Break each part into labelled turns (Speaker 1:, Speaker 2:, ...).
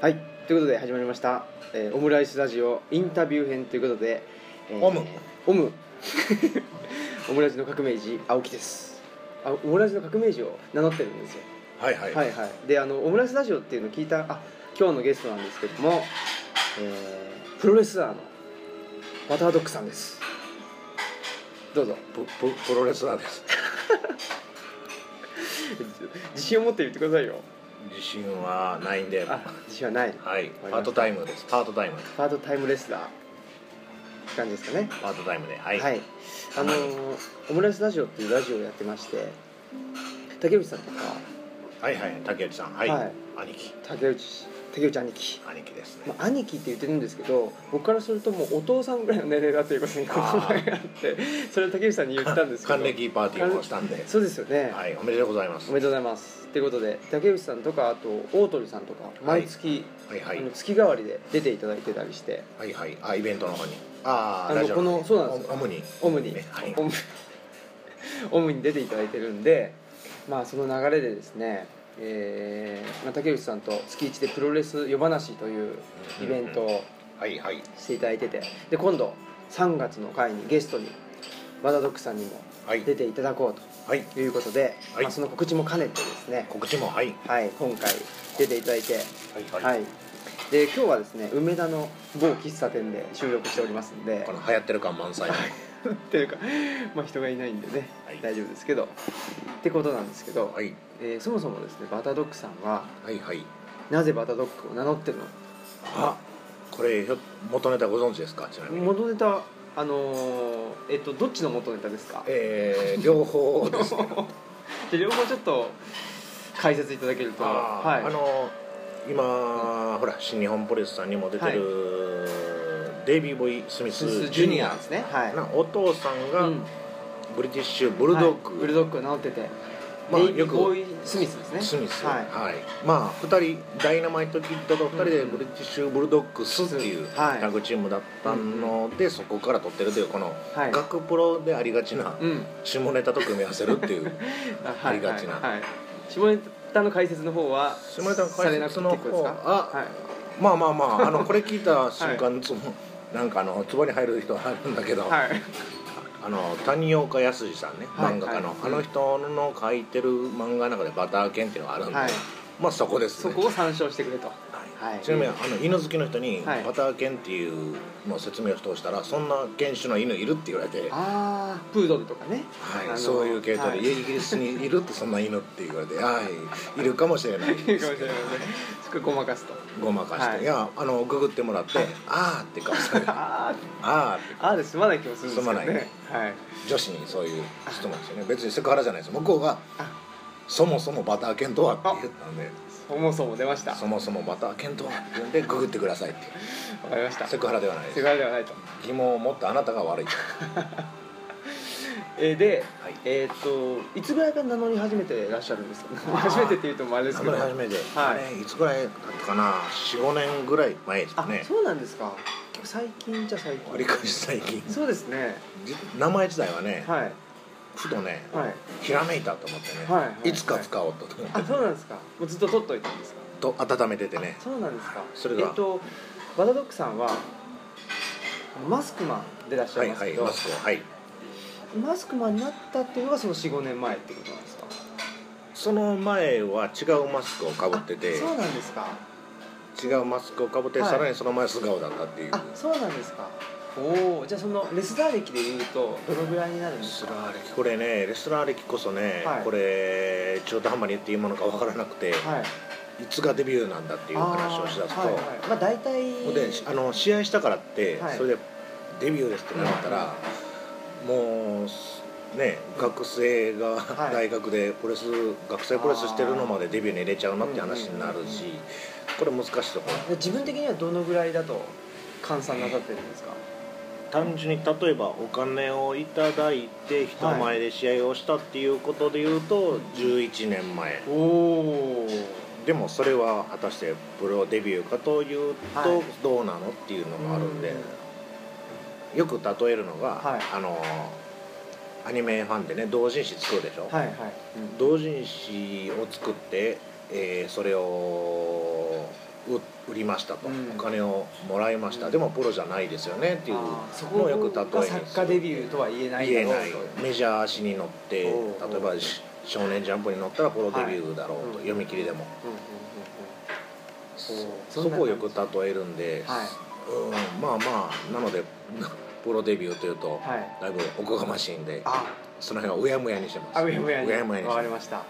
Speaker 1: はい、ということで始まりました、えーオムライスラジオインタビュー編ということで、えー
Speaker 2: オム
Speaker 1: オム オムライスの革命児青木ですあオムライスの革命児を名乗ってるんですよ
Speaker 2: はいはい
Speaker 1: はいはいであのオムライスラジオっていうのを聞いたあ今日のゲストなんですけども、えープロレスラーのバタードッグさんですどうぞ
Speaker 2: プププロレスラーです
Speaker 1: 自信を持って言ってくださいよ
Speaker 2: 自信はないんで
Speaker 1: あ自信はない
Speaker 2: はい
Speaker 1: た
Speaker 2: パートタイムですパートタイム
Speaker 1: パートタイムレスラーって感じですかね
Speaker 2: パートタイムではい、
Speaker 1: はい、あのーオムライスラジオっていうラジオをやってまして竹内さんとか
Speaker 2: はいはい竹内さんはい、
Speaker 1: はい
Speaker 2: 兄貴
Speaker 1: 竹内竹内兄貴、
Speaker 2: 兄貴ですね、
Speaker 1: まあ、兄貴って言ってるんですけど僕からするともうお父さんぐらいの年齢だということにこの前あってそれを竹内さんに言ったんですけど
Speaker 2: 還暦パーティーをしたんで
Speaker 1: そうですよね、
Speaker 2: はいおめでとうございます
Speaker 1: おめでとうございますということで竹内さんとかあと大鳥さんとか毎月、
Speaker 2: はいはい
Speaker 1: あの月替わりで出ていただいてたりして
Speaker 2: はいはいあイベントの方にああ
Speaker 1: あの
Speaker 2: ラジオ
Speaker 1: このそうなんですよ
Speaker 2: オムに
Speaker 1: オムに、
Speaker 2: ねはい
Speaker 1: オムオムに出ていただいてるんで、まあ、その流れでですね、えーまあ、竹内さんと月1でプロレス夜話というイベントを
Speaker 2: はいはい
Speaker 1: していただいててで今度3月の回にゲストに和田ドックさんにも
Speaker 2: はい
Speaker 1: 出ていただこう
Speaker 2: はい
Speaker 1: ということで、
Speaker 2: はい
Speaker 1: まあ、その告知も兼ねてですね、
Speaker 2: 告知もはい
Speaker 1: はい、今回出ていただいて、
Speaker 2: はい
Speaker 1: は
Speaker 2: はいい、
Speaker 1: で今日はですね梅田の某喫茶店で収録しておりますんで
Speaker 2: この流行ってる感満載の
Speaker 1: っていうかまあ人がいないんでね、
Speaker 2: はい
Speaker 1: 大丈夫ですけどってことなんですけど、
Speaker 2: はい
Speaker 1: えーそもそもですねバタードッグさんは
Speaker 2: はいはい
Speaker 1: なぜバタードッグを名乗ってるの
Speaker 2: あこれひょ元ネタご存知ですかちなみに
Speaker 1: 元ネタあのーえっとどっちの元ネタですか
Speaker 2: えー、両方ですね
Speaker 1: で両方ちょっと解説いただけると
Speaker 2: あ,、
Speaker 1: はい
Speaker 2: あの今、ほら新日本プロレスさんにも出てる、デイビー・ボイ・スミ
Speaker 1: スミス
Speaker 2: ス・ジ
Speaker 1: ジ
Speaker 2: ュ
Speaker 1: ュ
Speaker 2: ニ
Speaker 1: ニ
Speaker 2: ア
Speaker 1: アですねはい
Speaker 2: なお父さんが
Speaker 1: うん
Speaker 2: ブリティッシュ・ブルドッ
Speaker 1: は
Speaker 2: グ、
Speaker 1: いブルドッグを名乗ってて、
Speaker 2: まあ
Speaker 1: デイビ
Speaker 2: よ
Speaker 1: ー
Speaker 2: く
Speaker 1: ボーイスミスですね
Speaker 2: スミス
Speaker 1: は
Speaker 2: はいい、まあ2人ダイナマイトキッドと2人で
Speaker 1: うん
Speaker 2: ブリティッシュ・ブルドッグスっていう
Speaker 1: は
Speaker 2: タ
Speaker 1: い
Speaker 2: ッグチームだったので、そこから取ってるというこの
Speaker 1: はい
Speaker 2: 学プロでありがちな
Speaker 1: うん
Speaker 2: 下ネタと組み合わせるっ ていう
Speaker 1: あ
Speaker 2: ありがちな
Speaker 1: はいはい、下ネタの解説の方は
Speaker 2: 下ネタの解説の
Speaker 1: されな
Speaker 2: 方
Speaker 1: くて結構ですか
Speaker 2: あ
Speaker 1: はい
Speaker 2: まあまあまああのこれ聞いた瞬間、つもなんかあの壺に入る人はあるんだけど、
Speaker 1: はい
Speaker 2: あの谷岡康さんね
Speaker 1: はい
Speaker 2: 漫画家の、
Speaker 1: はい
Speaker 2: あの人の書いてる漫画の中で「バター犬」っていうのがあるんで、
Speaker 1: はい
Speaker 2: まあそこです
Speaker 1: そ
Speaker 2: ね
Speaker 1: こを参照してくれと
Speaker 2: はい
Speaker 1: はい
Speaker 2: ちなみにあの犬好きの人に「
Speaker 1: はい
Speaker 2: バター犬」っていうのを説明を通したら「そんな犬種の犬いる?」って言われて、
Speaker 1: あ
Speaker 2: は
Speaker 1: あプードルとかねあの
Speaker 2: い、そういう系統で、
Speaker 1: はい
Speaker 2: いやイギリスにいるってそんな犬」って言われて「はいいるかもしれない
Speaker 1: いい
Speaker 2: で
Speaker 1: か
Speaker 2: す
Speaker 1: も
Speaker 2: け
Speaker 1: しれ
Speaker 2: ど
Speaker 1: ないのでそこごまかすと」
Speaker 2: ごまかして、
Speaker 1: はい
Speaker 2: い、やあのググってもらって「あー」って顔されて「あ
Speaker 1: あ
Speaker 2: ー」って
Speaker 1: ーあーで済まない気もするんですけど
Speaker 2: 済まな
Speaker 1: ねはい
Speaker 2: 女子にそういう質問ですよね別にセクハラじゃないです向こうが
Speaker 1: あ
Speaker 2: 「そもそもバター犬とは」って言ったんで
Speaker 1: そもそも出まし
Speaker 2: 「
Speaker 1: た
Speaker 2: そ
Speaker 1: わ
Speaker 2: もそもバター犬とは」って言うんでググってくださいっていう
Speaker 1: かりましたセ
Speaker 2: セクハラではないで
Speaker 1: ク
Speaker 2: す
Speaker 1: ハラではないと
Speaker 2: 疑問を持ったあなたが悪い
Speaker 1: えーで
Speaker 2: はい
Speaker 1: えーっといつぐらいから名乗り始めていらっしゃるんですか初めてって言うともあれです
Speaker 2: 名
Speaker 1: けど
Speaker 2: 前初めて、
Speaker 1: はい
Speaker 2: あれいつぐらいだったかな45年ぐらい前ですか
Speaker 1: あ
Speaker 2: ね
Speaker 1: そうなんですか結構最近じゃ最近
Speaker 2: 割り返し最近
Speaker 1: そうですね
Speaker 2: じ名前自体はね、
Speaker 1: はい
Speaker 2: ふとね
Speaker 1: はい
Speaker 2: ひらめいたと思ってね、
Speaker 1: はいはい
Speaker 2: いつか使おうと思って
Speaker 1: あそうなんですかもうずっと取っといたんですか
Speaker 2: と温めててね
Speaker 1: あそうなんですか
Speaker 2: それが
Speaker 1: えっとバタドックさんはマスクマンでいらっしゃ
Speaker 2: はいい
Speaker 1: ます
Speaker 2: は
Speaker 1: け
Speaker 2: い
Speaker 1: ど、
Speaker 2: マスクをはい
Speaker 1: マスクマンになったっていうのがその45年前ってことなんですか
Speaker 2: その前は違うマスクをかぶってて
Speaker 1: あそうなんですか
Speaker 2: 違うマスクをかぶって、
Speaker 1: はい
Speaker 2: さらにその前素顔だったっていう
Speaker 1: あそうなんですかおおじゃあそのレスラー歴でいうとどのぐらいになるん
Speaker 2: レ
Speaker 1: です
Speaker 2: ス
Speaker 1: か
Speaker 2: ラー歴これねレスラー歴こそね、
Speaker 1: はい
Speaker 2: これ中途半端に言っていいものか分からなくて、
Speaker 1: はい
Speaker 2: い、つがデビューなんだっていう話をしだすと、
Speaker 1: あーはいはいまあ大体
Speaker 2: ほんであの試合したからって、
Speaker 1: はい
Speaker 2: それでデビューですってなったら、もうね学生が
Speaker 1: はい
Speaker 2: 大学でプロレス、学生プロレスしてるのまでデビューに入れちゃうなって話になるし、
Speaker 1: うんうん
Speaker 2: これ難しいところ
Speaker 1: 自分的にはどのぐらいだと換算なさってるんですか、
Speaker 2: 単純に例えばお金をいただいて人前で試合をしたっていうことで言うと、11年前
Speaker 1: おお
Speaker 2: でもそれは果たしてプロデビューかという
Speaker 1: はい
Speaker 2: とどうなのっていうのもあるんで、よく例えるのが、
Speaker 1: はい
Speaker 2: あのアニメファンでね同人誌作るでしょ、
Speaker 1: はいはい、うん
Speaker 2: 同人誌を作って、えーそれをう売りましたと、
Speaker 1: うん
Speaker 2: お金をもらいました、
Speaker 1: うん
Speaker 2: でもプロじゃないですよねっていう
Speaker 1: あーそ
Speaker 2: の
Speaker 1: こ
Speaker 2: をよく例
Speaker 1: が
Speaker 2: えに
Speaker 1: 作家デビューとは言えない
Speaker 2: 言え
Speaker 1: だ
Speaker 2: ない
Speaker 1: ろうと
Speaker 2: メジャー誌に乗って例
Speaker 1: おうおう
Speaker 2: えばし「少年ジャンプ」に乗ったらプロデビューだろ
Speaker 1: はいう
Speaker 2: うと、
Speaker 1: ん
Speaker 2: 読み切りでも、
Speaker 1: うんうんうんうん
Speaker 2: そ
Speaker 1: おう
Speaker 2: こをよく例えるんで、
Speaker 1: はい
Speaker 2: うん、まあまあなので プロデビューというと、
Speaker 1: はい
Speaker 2: だいぶおこがましいんで
Speaker 1: あ
Speaker 2: その辺はうやむやにしてます
Speaker 1: あうやむやに
Speaker 2: うやむやに
Speaker 1: わか
Speaker 2: して
Speaker 1: り
Speaker 2: ま
Speaker 1: ました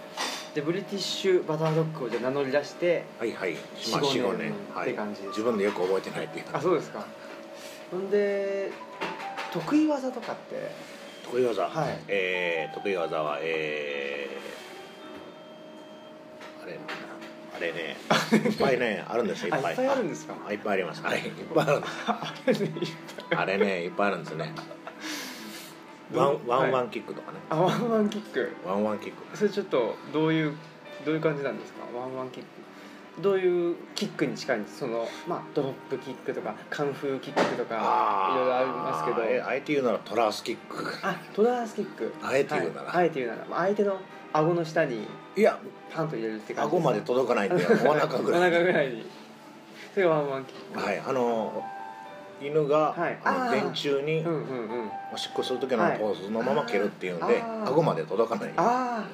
Speaker 1: でブリティッシュバタードッグをじゃあ名乗り出して
Speaker 2: すはいはい、まあ、
Speaker 1: 四五
Speaker 2: 45
Speaker 1: 年
Speaker 2: 年は
Speaker 1: って感じです
Speaker 2: 自分でよく覚えてないっていう
Speaker 1: あそうですかほんで得意技とか って
Speaker 2: 得意技、
Speaker 1: はい
Speaker 2: えー得意技はえーあれあれね いっぱいねあるんですよいっ
Speaker 1: あ
Speaker 2: ぱ
Speaker 1: い
Speaker 2: い
Speaker 1: っぱいあるんですか
Speaker 2: あいっぱいありますはいいっぱいあるん です
Speaker 1: あれね
Speaker 2: あれねいっぱいあるんですね
Speaker 1: ど
Speaker 2: ワン
Speaker 1: う
Speaker 2: ワンワ
Speaker 1: はい
Speaker 2: ンキックとかね、
Speaker 1: あワンワンキック
Speaker 2: ワンワンキック
Speaker 1: それちょっとどういうどういう感じなんですかワンワンキックどういうキックに近いんですそのまあドロップキックとかカンフーキックとかい
Speaker 2: ー
Speaker 1: ろいろありますけど
Speaker 2: えあえて言うならトラースキック
Speaker 1: あトラースキック
Speaker 2: あえて言うなら、
Speaker 1: はい、あえて言うならまあ相手の顎の下に
Speaker 2: い、や
Speaker 1: パンと入れるって感じ
Speaker 2: 顎まで届かないんでお腹ぐら い
Speaker 1: お腹ぐらいにそれがワンワンキック
Speaker 2: はいあの犬が、
Speaker 1: はい
Speaker 2: あの
Speaker 1: あー
Speaker 2: 電柱に
Speaker 1: うんうんうん
Speaker 2: おしっこする時のポーズのまま蹴るっていうんで、
Speaker 1: はいあー
Speaker 2: 顎まで届かない、は
Speaker 1: ああ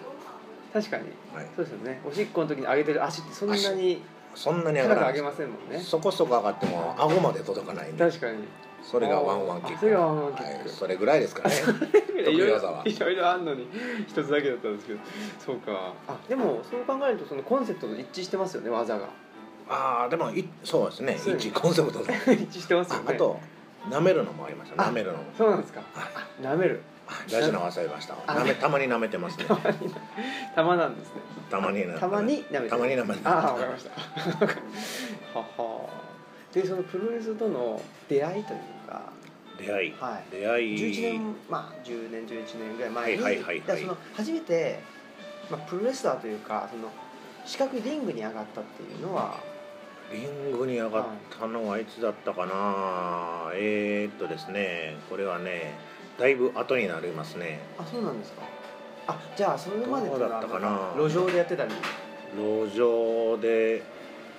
Speaker 1: 確かに
Speaker 2: い、
Speaker 1: そうですよねおしっこの時に上げてる足ってそんなに
Speaker 2: そんなに上
Speaker 1: 高
Speaker 2: が
Speaker 1: く
Speaker 2: ら
Speaker 1: 上
Speaker 2: な
Speaker 1: げ
Speaker 2: い、
Speaker 1: ませんもんね
Speaker 2: そこそこ上がっても顎まで届かないんで
Speaker 1: 確かに
Speaker 2: それがワンワン
Speaker 1: あ
Speaker 2: キック
Speaker 1: それがワンワンキッ
Speaker 2: はい、
Speaker 1: ク
Speaker 2: それぐらいで すかね得
Speaker 1: い
Speaker 2: 意
Speaker 1: ろい
Speaker 2: 技は
Speaker 1: ろいろいろあんのに一つだけだったんですけどそうかあでもそう考えるとそのコンセプトと一致してますよね技が
Speaker 2: ああでもいそうですね
Speaker 1: そう
Speaker 2: 一コンセプトで
Speaker 1: 一致してますよ
Speaker 2: あ
Speaker 1: ね
Speaker 2: あと舐めるのもありました
Speaker 1: あ
Speaker 2: 舐めるのも
Speaker 1: そうなんですか
Speaker 2: はい
Speaker 1: 舐める
Speaker 2: はい大事なの忘れました
Speaker 1: あ
Speaker 2: 舐めたまに舐めてますね
Speaker 1: 玉なんですね
Speaker 2: たまにな
Speaker 1: たまに舐めてる
Speaker 2: たまに舐めて
Speaker 1: ああわかりました ははでそのプロレスとの出会いというか
Speaker 2: 出会い
Speaker 1: はい
Speaker 2: 出会い
Speaker 1: 11年まあ10年11年ぐらい前に
Speaker 2: はいはいはいはい
Speaker 1: だからその初めて、まあ、プロレスラーというかその四角いリングに上がったっていうのは
Speaker 2: リングに上がったのはいつだったかな、えー、っとですねこれはねだいぶ後になりますね
Speaker 1: あそうなんですかあじゃあそれまでっていうのは
Speaker 2: どうだったかなん
Speaker 1: 路上でやってたり
Speaker 2: 路上で、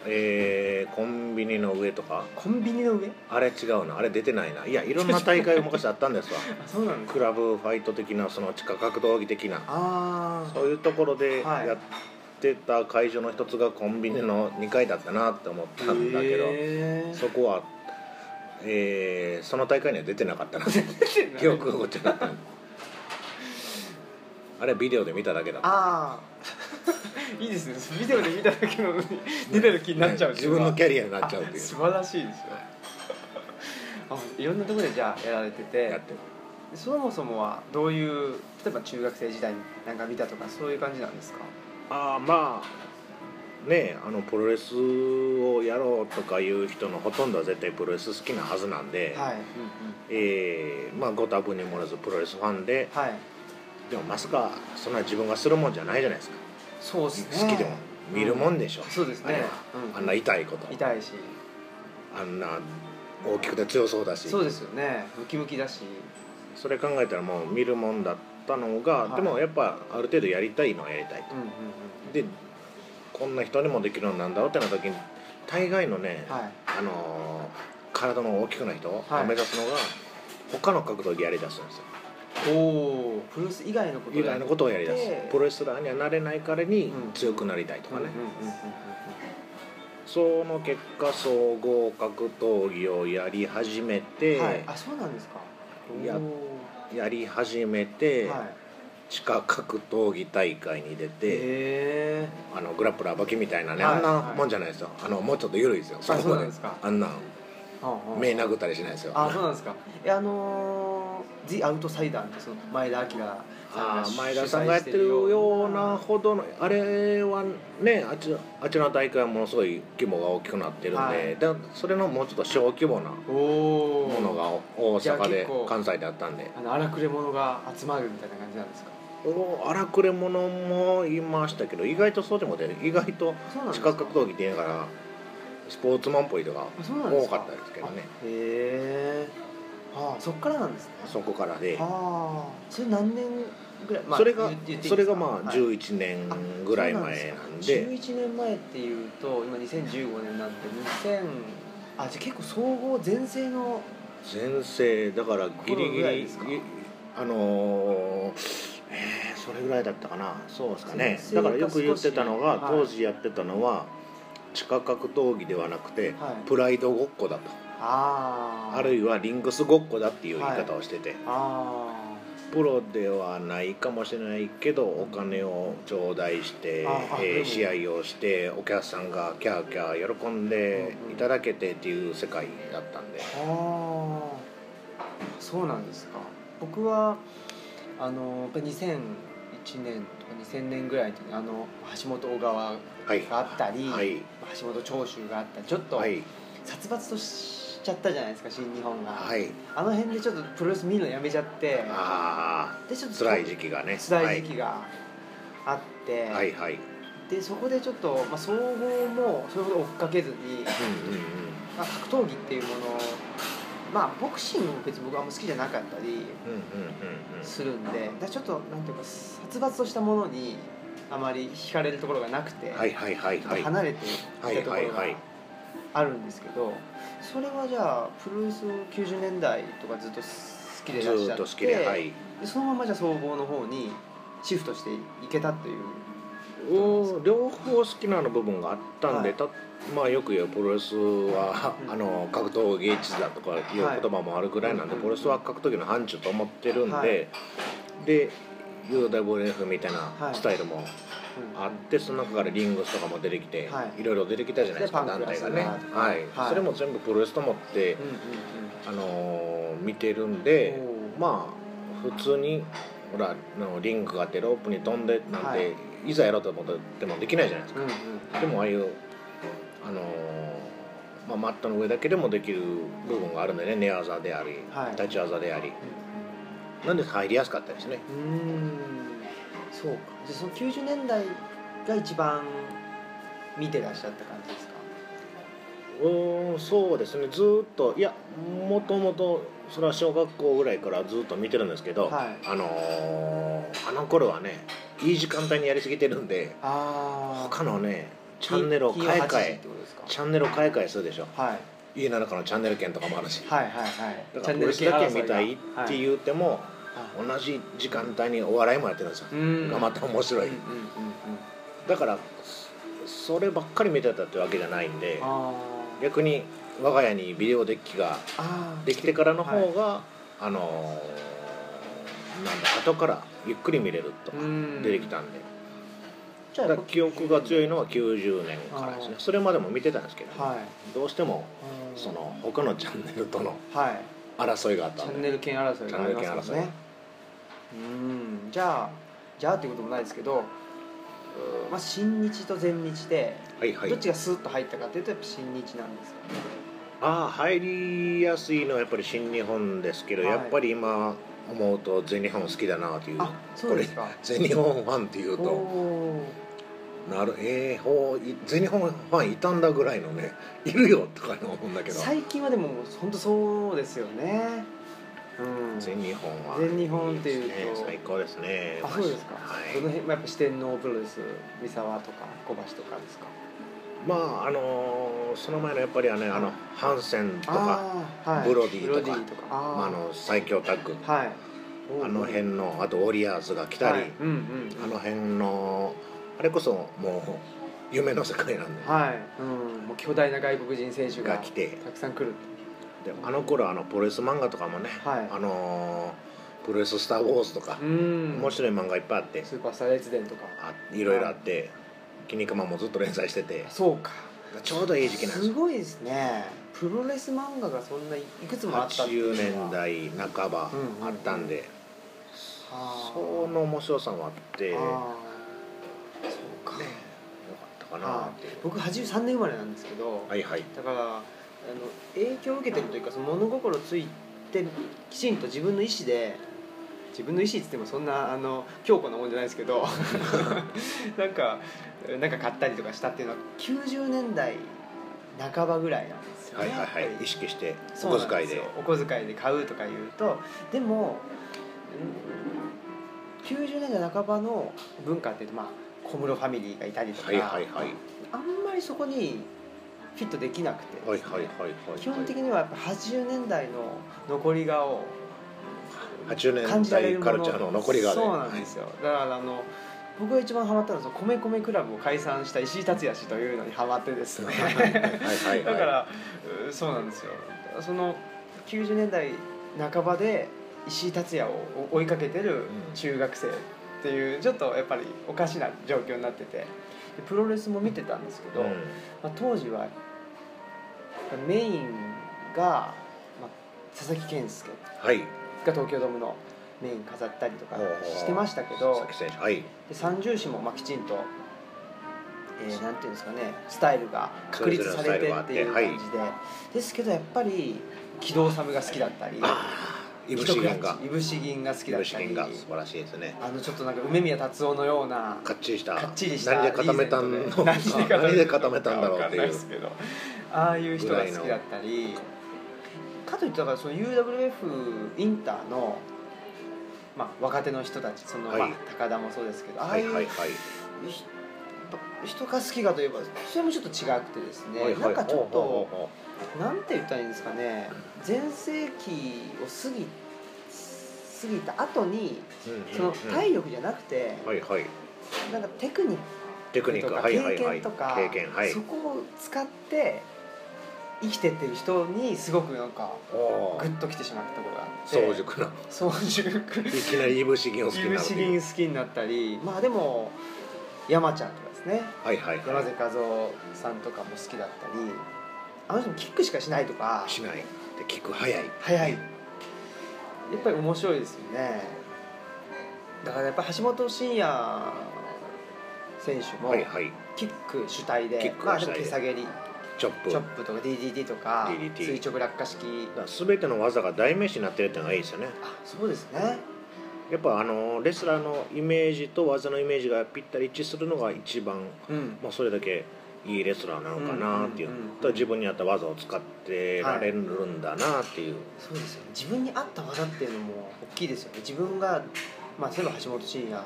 Speaker 2: えーコンビニの上とか
Speaker 1: コンビニの上
Speaker 2: あれ違うなあれ出てないないやいろんな大会が昔あったんで すわ
Speaker 1: あそうなんですか
Speaker 2: クラブファイト的なその地下格闘技的な
Speaker 1: あ
Speaker 2: そういうところで
Speaker 1: はい
Speaker 2: やってた会場の一つがコンビニの2階だったなって思っ
Speaker 1: あ
Speaker 2: たんだけど、
Speaker 1: へー
Speaker 2: そこは、えーその大会には出てなかっ たな記
Speaker 1: 記憶
Speaker 2: 憶がこっちなかったあれビデオで見ただけだ
Speaker 1: ああいいですねビデオで見ただけなのに出てる気になっちゃう
Speaker 2: ね自分のキ
Speaker 1: ャ
Speaker 2: ャリアになっちゃうっていう
Speaker 1: 素晴らしいですよあいろんなところでじゃあやられてて
Speaker 2: やってる
Speaker 1: そもそもはどういう例えば中学生時代になんか見たとかそういう感じなんですか
Speaker 2: ああまあねあのプロレスをやろうとかいう人のほとんどは絶対プロレス好きなはずなんで、
Speaker 1: はい、うんうん、
Speaker 2: えーまあご多分に漏らずプロレスファンで
Speaker 1: はい
Speaker 2: でもまさかそんな自分がするもんじゃないじゃないですか
Speaker 1: そうですね
Speaker 2: 好きでも見るもんでしょ、
Speaker 1: そうです
Speaker 2: あれ
Speaker 1: ね
Speaker 2: は、
Speaker 1: うん、
Speaker 2: あんな痛いこと
Speaker 1: 痛いし
Speaker 2: あんな大きくて強そうだし
Speaker 1: そうですよねムキムキだし
Speaker 2: それ考えたらもう見るもんだったのが、
Speaker 1: はい
Speaker 2: でもやっぱある程度やりたいのはやりたいと
Speaker 1: うんうんうん
Speaker 2: でこんな人にもできるようになるんだろうってなった時に大概のね、
Speaker 1: はい
Speaker 2: あのー体の大きくない人を
Speaker 1: はい
Speaker 2: 目指すのが、他の格闘技やりだすんですよ
Speaker 1: おおプロレス以外のこと
Speaker 2: 以外のことをやりだす
Speaker 1: で
Speaker 2: プロレスラーにはなれない彼に
Speaker 1: うん
Speaker 2: 強くなりたいとかね、
Speaker 1: うんうんうんうんうん
Speaker 2: その結果総合格闘技をやり始めて、
Speaker 1: はい、あそうなんですか
Speaker 2: や
Speaker 1: お
Speaker 2: やり始めて、
Speaker 1: ーはい、
Speaker 2: 地下格闘技大会に出て、
Speaker 1: へえ
Speaker 2: あのグラップラーバキみたいなね、
Speaker 1: はい
Speaker 2: あんなもんじゃないですよあのもうちょっと緩いですよ
Speaker 1: あ
Speaker 2: こ
Speaker 1: そうなんですか
Speaker 2: あんな
Speaker 1: ああ
Speaker 2: 目殴ったりしないですよ
Speaker 1: あそうなんですかえあのー「The Outsider」ってその前田明
Speaker 2: あ
Speaker 1: さ
Speaker 2: ー
Speaker 1: んが
Speaker 2: 前田さんがやってるようなほどのあれはねあっちあっちの大会はものすごい規模が大きくなってるんで、
Speaker 1: はい
Speaker 2: だそれのもうちょっと小規模な
Speaker 1: おお
Speaker 2: ものが大
Speaker 1: じゃあ
Speaker 2: 阪
Speaker 1: 結
Speaker 2: で
Speaker 1: 構
Speaker 2: 関西であったんで
Speaker 1: あの荒くれ者が集まるみたいな感じなんですか
Speaker 2: お荒くれ者もいましたけど意外とそうでもで意外と
Speaker 1: そうなんで
Speaker 2: 地
Speaker 1: すか
Speaker 2: 下格闘技って言いながらスポーツマンっぽい人が
Speaker 1: あそうなんです
Speaker 2: 多
Speaker 1: か
Speaker 2: かったですけどね
Speaker 1: あへえああそっからなんですね
Speaker 2: そこからで
Speaker 1: ああそれ何年ぐらい、まあ、
Speaker 2: それが
Speaker 1: 言っていいです
Speaker 2: そ
Speaker 1: か
Speaker 2: れがまあ
Speaker 1: はい
Speaker 2: 11年ぐらい前なんで
Speaker 1: 11年前っていうと今2015年なんで2000あじゃあ結構総合全盛の
Speaker 2: 全盛だからギリ
Speaker 1: このぐ
Speaker 2: ギ
Speaker 1: らい
Speaker 2: リ
Speaker 1: ですか
Speaker 2: ぎあのーえーそれぐらいだったかなそうですかね
Speaker 1: 全盛
Speaker 2: だからよく言ってたのが
Speaker 1: が少しはい
Speaker 2: 当時やってたのは地下格闘技ではなくて
Speaker 1: はい
Speaker 2: プライドごっこだと
Speaker 1: あー
Speaker 2: あるいはリングスごっこだっていう言い方をしてて
Speaker 1: あ
Speaker 2: プロではないかもしれないけどお金を頂戴して、
Speaker 1: ああ
Speaker 2: えー
Speaker 1: でも
Speaker 2: 試合をしてお客さんがキャーキャー喜んで
Speaker 1: うんうん
Speaker 2: いただけてっていう世界だったんで、
Speaker 1: ーあーそうなんですか僕はあのやっぱ2001年とか2000年ぐらいの時にあの橋本小川が
Speaker 2: はい
Speaker 1: あったり、
Speaker 2: はい
Speaker 1: 橋本長州があったりちょっと
Speaker 2: はい
Speaker 1: 殺伐としちゃったじゃないですか新日本が、
Speaker 2: はい
Speaker 1: あの辺でちょっとプロレス見るのやめちゃって
Speaker 2: あ
Speaker 1: でちょっ
Speaker 2: あ
Speaker 1: と
Speaker 2: 辛い時期がね
Speaker 1: 辛い時期があって、
Speaker 2: はいはいはい
Speaker 1: でそこでちょっと、まあ、総合もそれほど追っかけずに、
Speaker 2: うんうんうん
Speaker 1: まあ、格闘技っていうものまあボクシングも別に僕はあんま好きじゃなかったり
Speaker 2: うんうんうんうん
Speaker 1: するんでだからちょっとなんていうか殺伐としたものにあまり惹かれるところがなくて、
Speaker 2: はいはいはいはい
Speaker 1: 離れていたとこ
Speaker 2: はい
Speaker 1: ろ
Speaker 2: は
Speaker 1: が
Speaker 2: いはい
Speaker 1: あるんですけどそれはじゃあプロレス90年代とかずっと好きでい
Speaker 2: ず
Speaker 1: らっし
Speaker 2: ー
Speaker 1: ゃって
Speaker 2: っと好きではい
Speaker 1: でそのままじゃあ総合の方にシフトしていけたという
Speaker 2: お両方好きなの部分があったんで、
Speaker 1: はい
Speaker 2: たまあよく言うプロレスは、
Speaker 1: うん
Speaker 2: あの格闘技一途だとかいう言
Speaker 1: はい
Speaker 2: 葉もあるぐらいなんで、
Speaker 1: うん
Speaker 2: プロレスは格闘技の範疇と思ってるんで、
Speaker 1: はい
Speaker 2: で UWF みたい
Speaker 1: は
Speaker 2: ないスタイルも
Speaker 1: うん
Speaker 2: あって、その中からリングスとかも出てきて、
Speaker 1: はい
Speaker 2: い、ろいろ出てきたじゃないですか
Speaker 1: でパンク
Speaker 2: 団
Speaker 1: ラ
Speaker 2: 体
Speaker 1: ス
Speaker 2: がね、
Speaker 1: だとか
Speaker 2: はい
Speaker 1: はい
Speaker 2: それも全部プロレスと思って、
Speaker 1: うんうんうん
Speaker 2: あのー見てるんで
Speaker 1: おー
Speaker 2: まあ普通にほらあのリングがあってロープに飛んでなんて、、
Speaker 1: はい
Speaker 2: ざやろうと思ってもできないじゃないですか
Speaker 1: うんうん
Speaker 2: でもああいう、あのーまあ、マットの上だけでもできる部分があるんでね寝技であり、
Speaker 1: はい
Speaker 2: 立ち技であり
Speaker 1: うん
Speaker 2: なんで入りやすかったですね
Speaker 1: うーんそうかじゃあその90年代が一番見てらっしゃった感じですか
Speaker 2: うーんそうですねずーっといやもともとそれは小学校ぐらいからずーっと見てるんですけど、
Speaker 1: はい
Speaker 2: あのーあの頃はねいい時間帯にやりすぎてるんで
Speaker 1: あ
Speaker 2: 他のねチャンネルを
Speaker 1: 金
Speaker 2: 買
Speaker 1: 金曜
Speaker 2: い
Speaker 1: 8時っ
Speaker 2: 替え
Speaker 1: てことですか
Speaker 2: チャンネルを買い替えするでしょ
Speaker 1: はい
Speaker 2: 家の中のチャンネル権とかもあるし
Speaker 1: はいはいはい
Speaker 2: だからこれだけ見たいって
Speaker 1: う、
Speaker 2: 言っても、
Speaker 1: は
Speaker 2: 同じ時間帯にお笑いもやってるんですよ
Speaker 1: い、うん
Speaker 2: がまた面白い、
Speaker 1: うんうんうんうん
Speaker 2: だからそそればっかり見てたってわけじゃないんで
Speaker 1: あー
Speaker 2: 逆に我が家にビデオデッキが
Speaker 1: あー
Speaker 2: できてからの方が、あのーなんだ後からゆっくり見れるとか
Speaker 1: うん
Speaker 2: 出てきたんで、
Speaker 1: じゃあ
Speaker 2: だから記憶が強いのは90年からですね
Speaker 1: あー
Speaker 2: それまでも見てたんですけど、
Speaker 1: はい
Speaker 2: どうしても
Speaker 1: うん
Speaker 2: その他のチャンネルとの
Speaker 1: はい
Speaker 2: 争いがあった
Speaker 1: チャ
Speaker 2: ん
Speaker 1: ン
Speaker 2: で
Speaker 1: ネル権争いがありますからねうんじゃあじゃあっていうこともないですけど、うんまあ、新日と全日で
Speaker 2: はいはい
Speaker 1: どっちがスーッと入ったかっていうとやっぱ新日なんですかね
Speaker 2: ああ入りやすいのはやっぱり新日本ですけど、
Speaker 1: はい
Speaker 2: やっぱり今思うと全日本好きだなという
Speaker 1: あそうですか
Speaker 2: 全日本ファンっていう
Speaker 1: お
Speaker 2: と
Speaker 1: お
Speaker 2: なるえー、ほうい全日本ファンいたんだぐらいのねいるよとか思うんだけど
Speaker 1: 最近はでも本当そうですよねうん
Speaker 2: 全日本は
Speaker 1: 全日本っていうと
Speaker 2: ですね最高ですね
Speaker 1: あそうですか、どの
Speaker 2: はい、
Speaker 1: 辺まあやっぱ四天王プロレス三沢とか小橋とかですか
Speaker 2: まああのーその前のやっぱりあのねあのハンセンとか
Speaker 1: あーはい、
Speaker 2: ブロディとか
Speaker 1: ブロディとかあー
Speaker 2: まあ、あの最強タッグ
Speaker 1: はい
Speaker 2: あの辺のあとウォリアーズが来たり、
Speaker 1: はいうんうんうん
Speaker 2: あの辺のあれこそもう夢の世界なんで、
Speaker 1: はい、うん、もう巨大な外国人選手が
Speaker 2: が来て
Speaker 1: たくさん来る
Speaker 2: でもあの頃あのプロレス漫画とかもね、
Speaker 1: はい
Speaker 2: あのープロレス「スター・ウォーズ」とか
Speaker 1: う、ん
Speaker 2: 面白い漫画いっぱいあって
Speaker 1: スーパースター列伝とか
Speaker 2: あいろいろあって「キニカマ」もずっと連載してて
Speaker 1: そうか
Speaker 2: ちょうどいい時期なんです
Speaker 1: す
Speaker 2: よ
Speaker 1: ごいですねプロレス漫画がそんないくつもあったって
Speaker 2: 80
Speaker 1: いうのは
Speaker 2: 年代半ば
Speaker 1: うんうん
Speaker 2: あったんで、
Speaker 1: あー
Speaker 2: その面白さもあって
Speaker 1: あー
Speaker 2: ねよか
Speaker 1: そうか、
Speaker 2: ったかなっていう
Speaker 1: 僕83年生まれなんですけど、
Speaker 2: はいはい
Speaker 1: だからあの影響を受けてるというかその物心ついてきちんと自分の意思で自分の意思っつってもそんなあの強固なもんじゃないですけど なんかなんか買ったりとかしたっていうのは90年代半ばぐらいなんですよ
Speaker 2: は
Speaker 1: ね
Speaker 2: いはいは
Speaker 1: やっぱ
Speaker 2: い
Speaker 1: り
Speaker 2: 意識してお
Speaker 1: そうな
Speaker 2: 小
Speaker 1: んすよ
Speaker 2: 遣いで
Speaker 1: お小遣いで買うとか言うとでも90年代半ばの文化っていうと、まあ、小室ファミリーがいたりとか、
Speaker 2: はいはいはい
Speaker 1: あんまりそこにフィットできなくてですね、
Speaker 2: はいはいはいはいはい
Speaker 1: 基本的にはやっぱ80年代の残り顔を
Speaker 2: 80
Speaker 1: 感
Speaker 2: 年
Speaker 1: じられ
Speaker 2: 代
Speaker 1: るも
Speaker 2: カ
Speaker 1: の
Speaker 2: ルチャーの残りがね
Speaker 1: そうなんですよだからあの僕が一番ハマったのはその米米クラブを解散した石井達也氏というのにハマってですね
Speaker 2: はいはいはい
Speaker 1: だからうそうなんですよその90年代半ばで石井達也を追いかけてる中学生っていうちょっとやっぱりおかしな状況になっててでプロレスも見てたんですけど、
Speaker 2: う
Speaker 1: ま
Speaker 2: ん
Speaker 1: あ、当時はメインが、まあ、佐々木健介が
Speaker 2: はい
Speaker 1: 東京ドームのメイン飾ったりとかしてましたけ
Speaker 2: 佐
Speaker 1: ど
Speaker 2: 々木選手はい
Speaker 1: で三重視もまあきちんと、えーなんていうんですかねスタイルが確立されてっていう
Speaker 2: それぞれ
Speaker 1: 感
Speaker 2: のス
Speaker 1: じで、ですけどやっぱり木戸治が好きだったり
Speaker 2: ああいぶ
Speaker 1: 木
Speaker 2: し
Speaker 1: 戸クラ
Speaker 2: 銀が
Speaker 1: ッチいぶし銀が好き
Speaker 2: い
Speaker 1: だっ
Speaker 2: ぶした銀
Speaker 1: り
Speaker 2: が素晴らしいですね
Speaker 1: あのちょっとなんか梅宮達夫のような
Speaker 2: かっちりした
Speaker 1: かっちりした
Speaker 2: 何で固めた
Speaker 1: リ
Speaker 2: ん
Speaker 1: ーゼン
Speaker 2: の
Speaker 1: トで
Speaker 2: 何で固めたんだろうって
Speaker 1: わかんない
Speaker 2: い
Speaker 1: で
Speaker 2: う
Speaker 1: すけどああいう人が好きだったりかといってだからその UWF インターの、まあ、若手の人たちその、
Speaker 2: はい
Speaker 1: まあ、高田もそうですけどああ
Speaker 2: はい
Speaker 1: いう、
Speaker 2: はいはい
Speaker 1: ひ人が好きかといえばそれもちょっと違くてですね、
Speaker 2: はいはい
Speaker 1: なんかちょっ
Speaker 2: ほ
Speaker 1: と
Speaker 2: うほうほ
Speaker 1: なんて言ったらいいんですかね全盛期を過ぎ過ぎた後に
Speaker 2: ううんうんうん
Speaker 1: その体力じゃなくて、
Speaker 2: はいはい
Speaker 1: なんかテクニック
Speaker 2: テクニックはいはいはい
Speaker 1: 経験とか
Speaker 2: 経験はい
Speaker 1: そこを使って生きてってる人にすごくなんか
Speaker 2: お
Speaker 1: グッときてしまったところがあって
Speaker 2: 早熟な
Speaker 1: 早熟
Speaker 2: いきなりいぶし銀を好きに
Speaker 1: ユ
Speaker 2: な
Speaker 1: ー
Speaker 2: るって
Speaker 1: シ
Speaker 2: いう
Speaker 1: リン好きになったりまあでも山ちゃんとかですね
Speaker 2: はいはいは
Speaker 1: 山瀬和夫さんとかも好きだったりあの人もキックしかしないとか
Speaker 2: いしないで聞く早い
Speaker 1: 早いやっぱり面白いですよねだからやっぱ橋本真也選手も
Speaker 2: はいはい
Speaker 1: キック主体で、
Speaker 2: キック
Speaker 1: まあ
Speaker 2: 主
Speaker 1: でも
Speaker 2: 体で
Speaker 1: 手下げり
Speaker 2: チョップ
Speaker 1: チョップとか DDT とか
Speaker 2: DDT
Speaker 1: 垂直落下式
Speaker 2: だから全ての技が代名詞になってるっていうのがいいですよね
Speaker 1: あそうですね
Speaker 2: やっぱあのレスラーのイメージと技のイメージがぴったり一致するのが一番、
Speaker 1: うん
Speaker 2: まあ、それだけいいレスラーなのかなっていう,、
Speaker 1: うんうんうんうん
Speaker 2: ただ自分に合った技を使ってられるんだなっていう、
Speaker 1: そうですよね自分に合った技っていうのも大きいですよね自分が、まあ、例えば橋本真也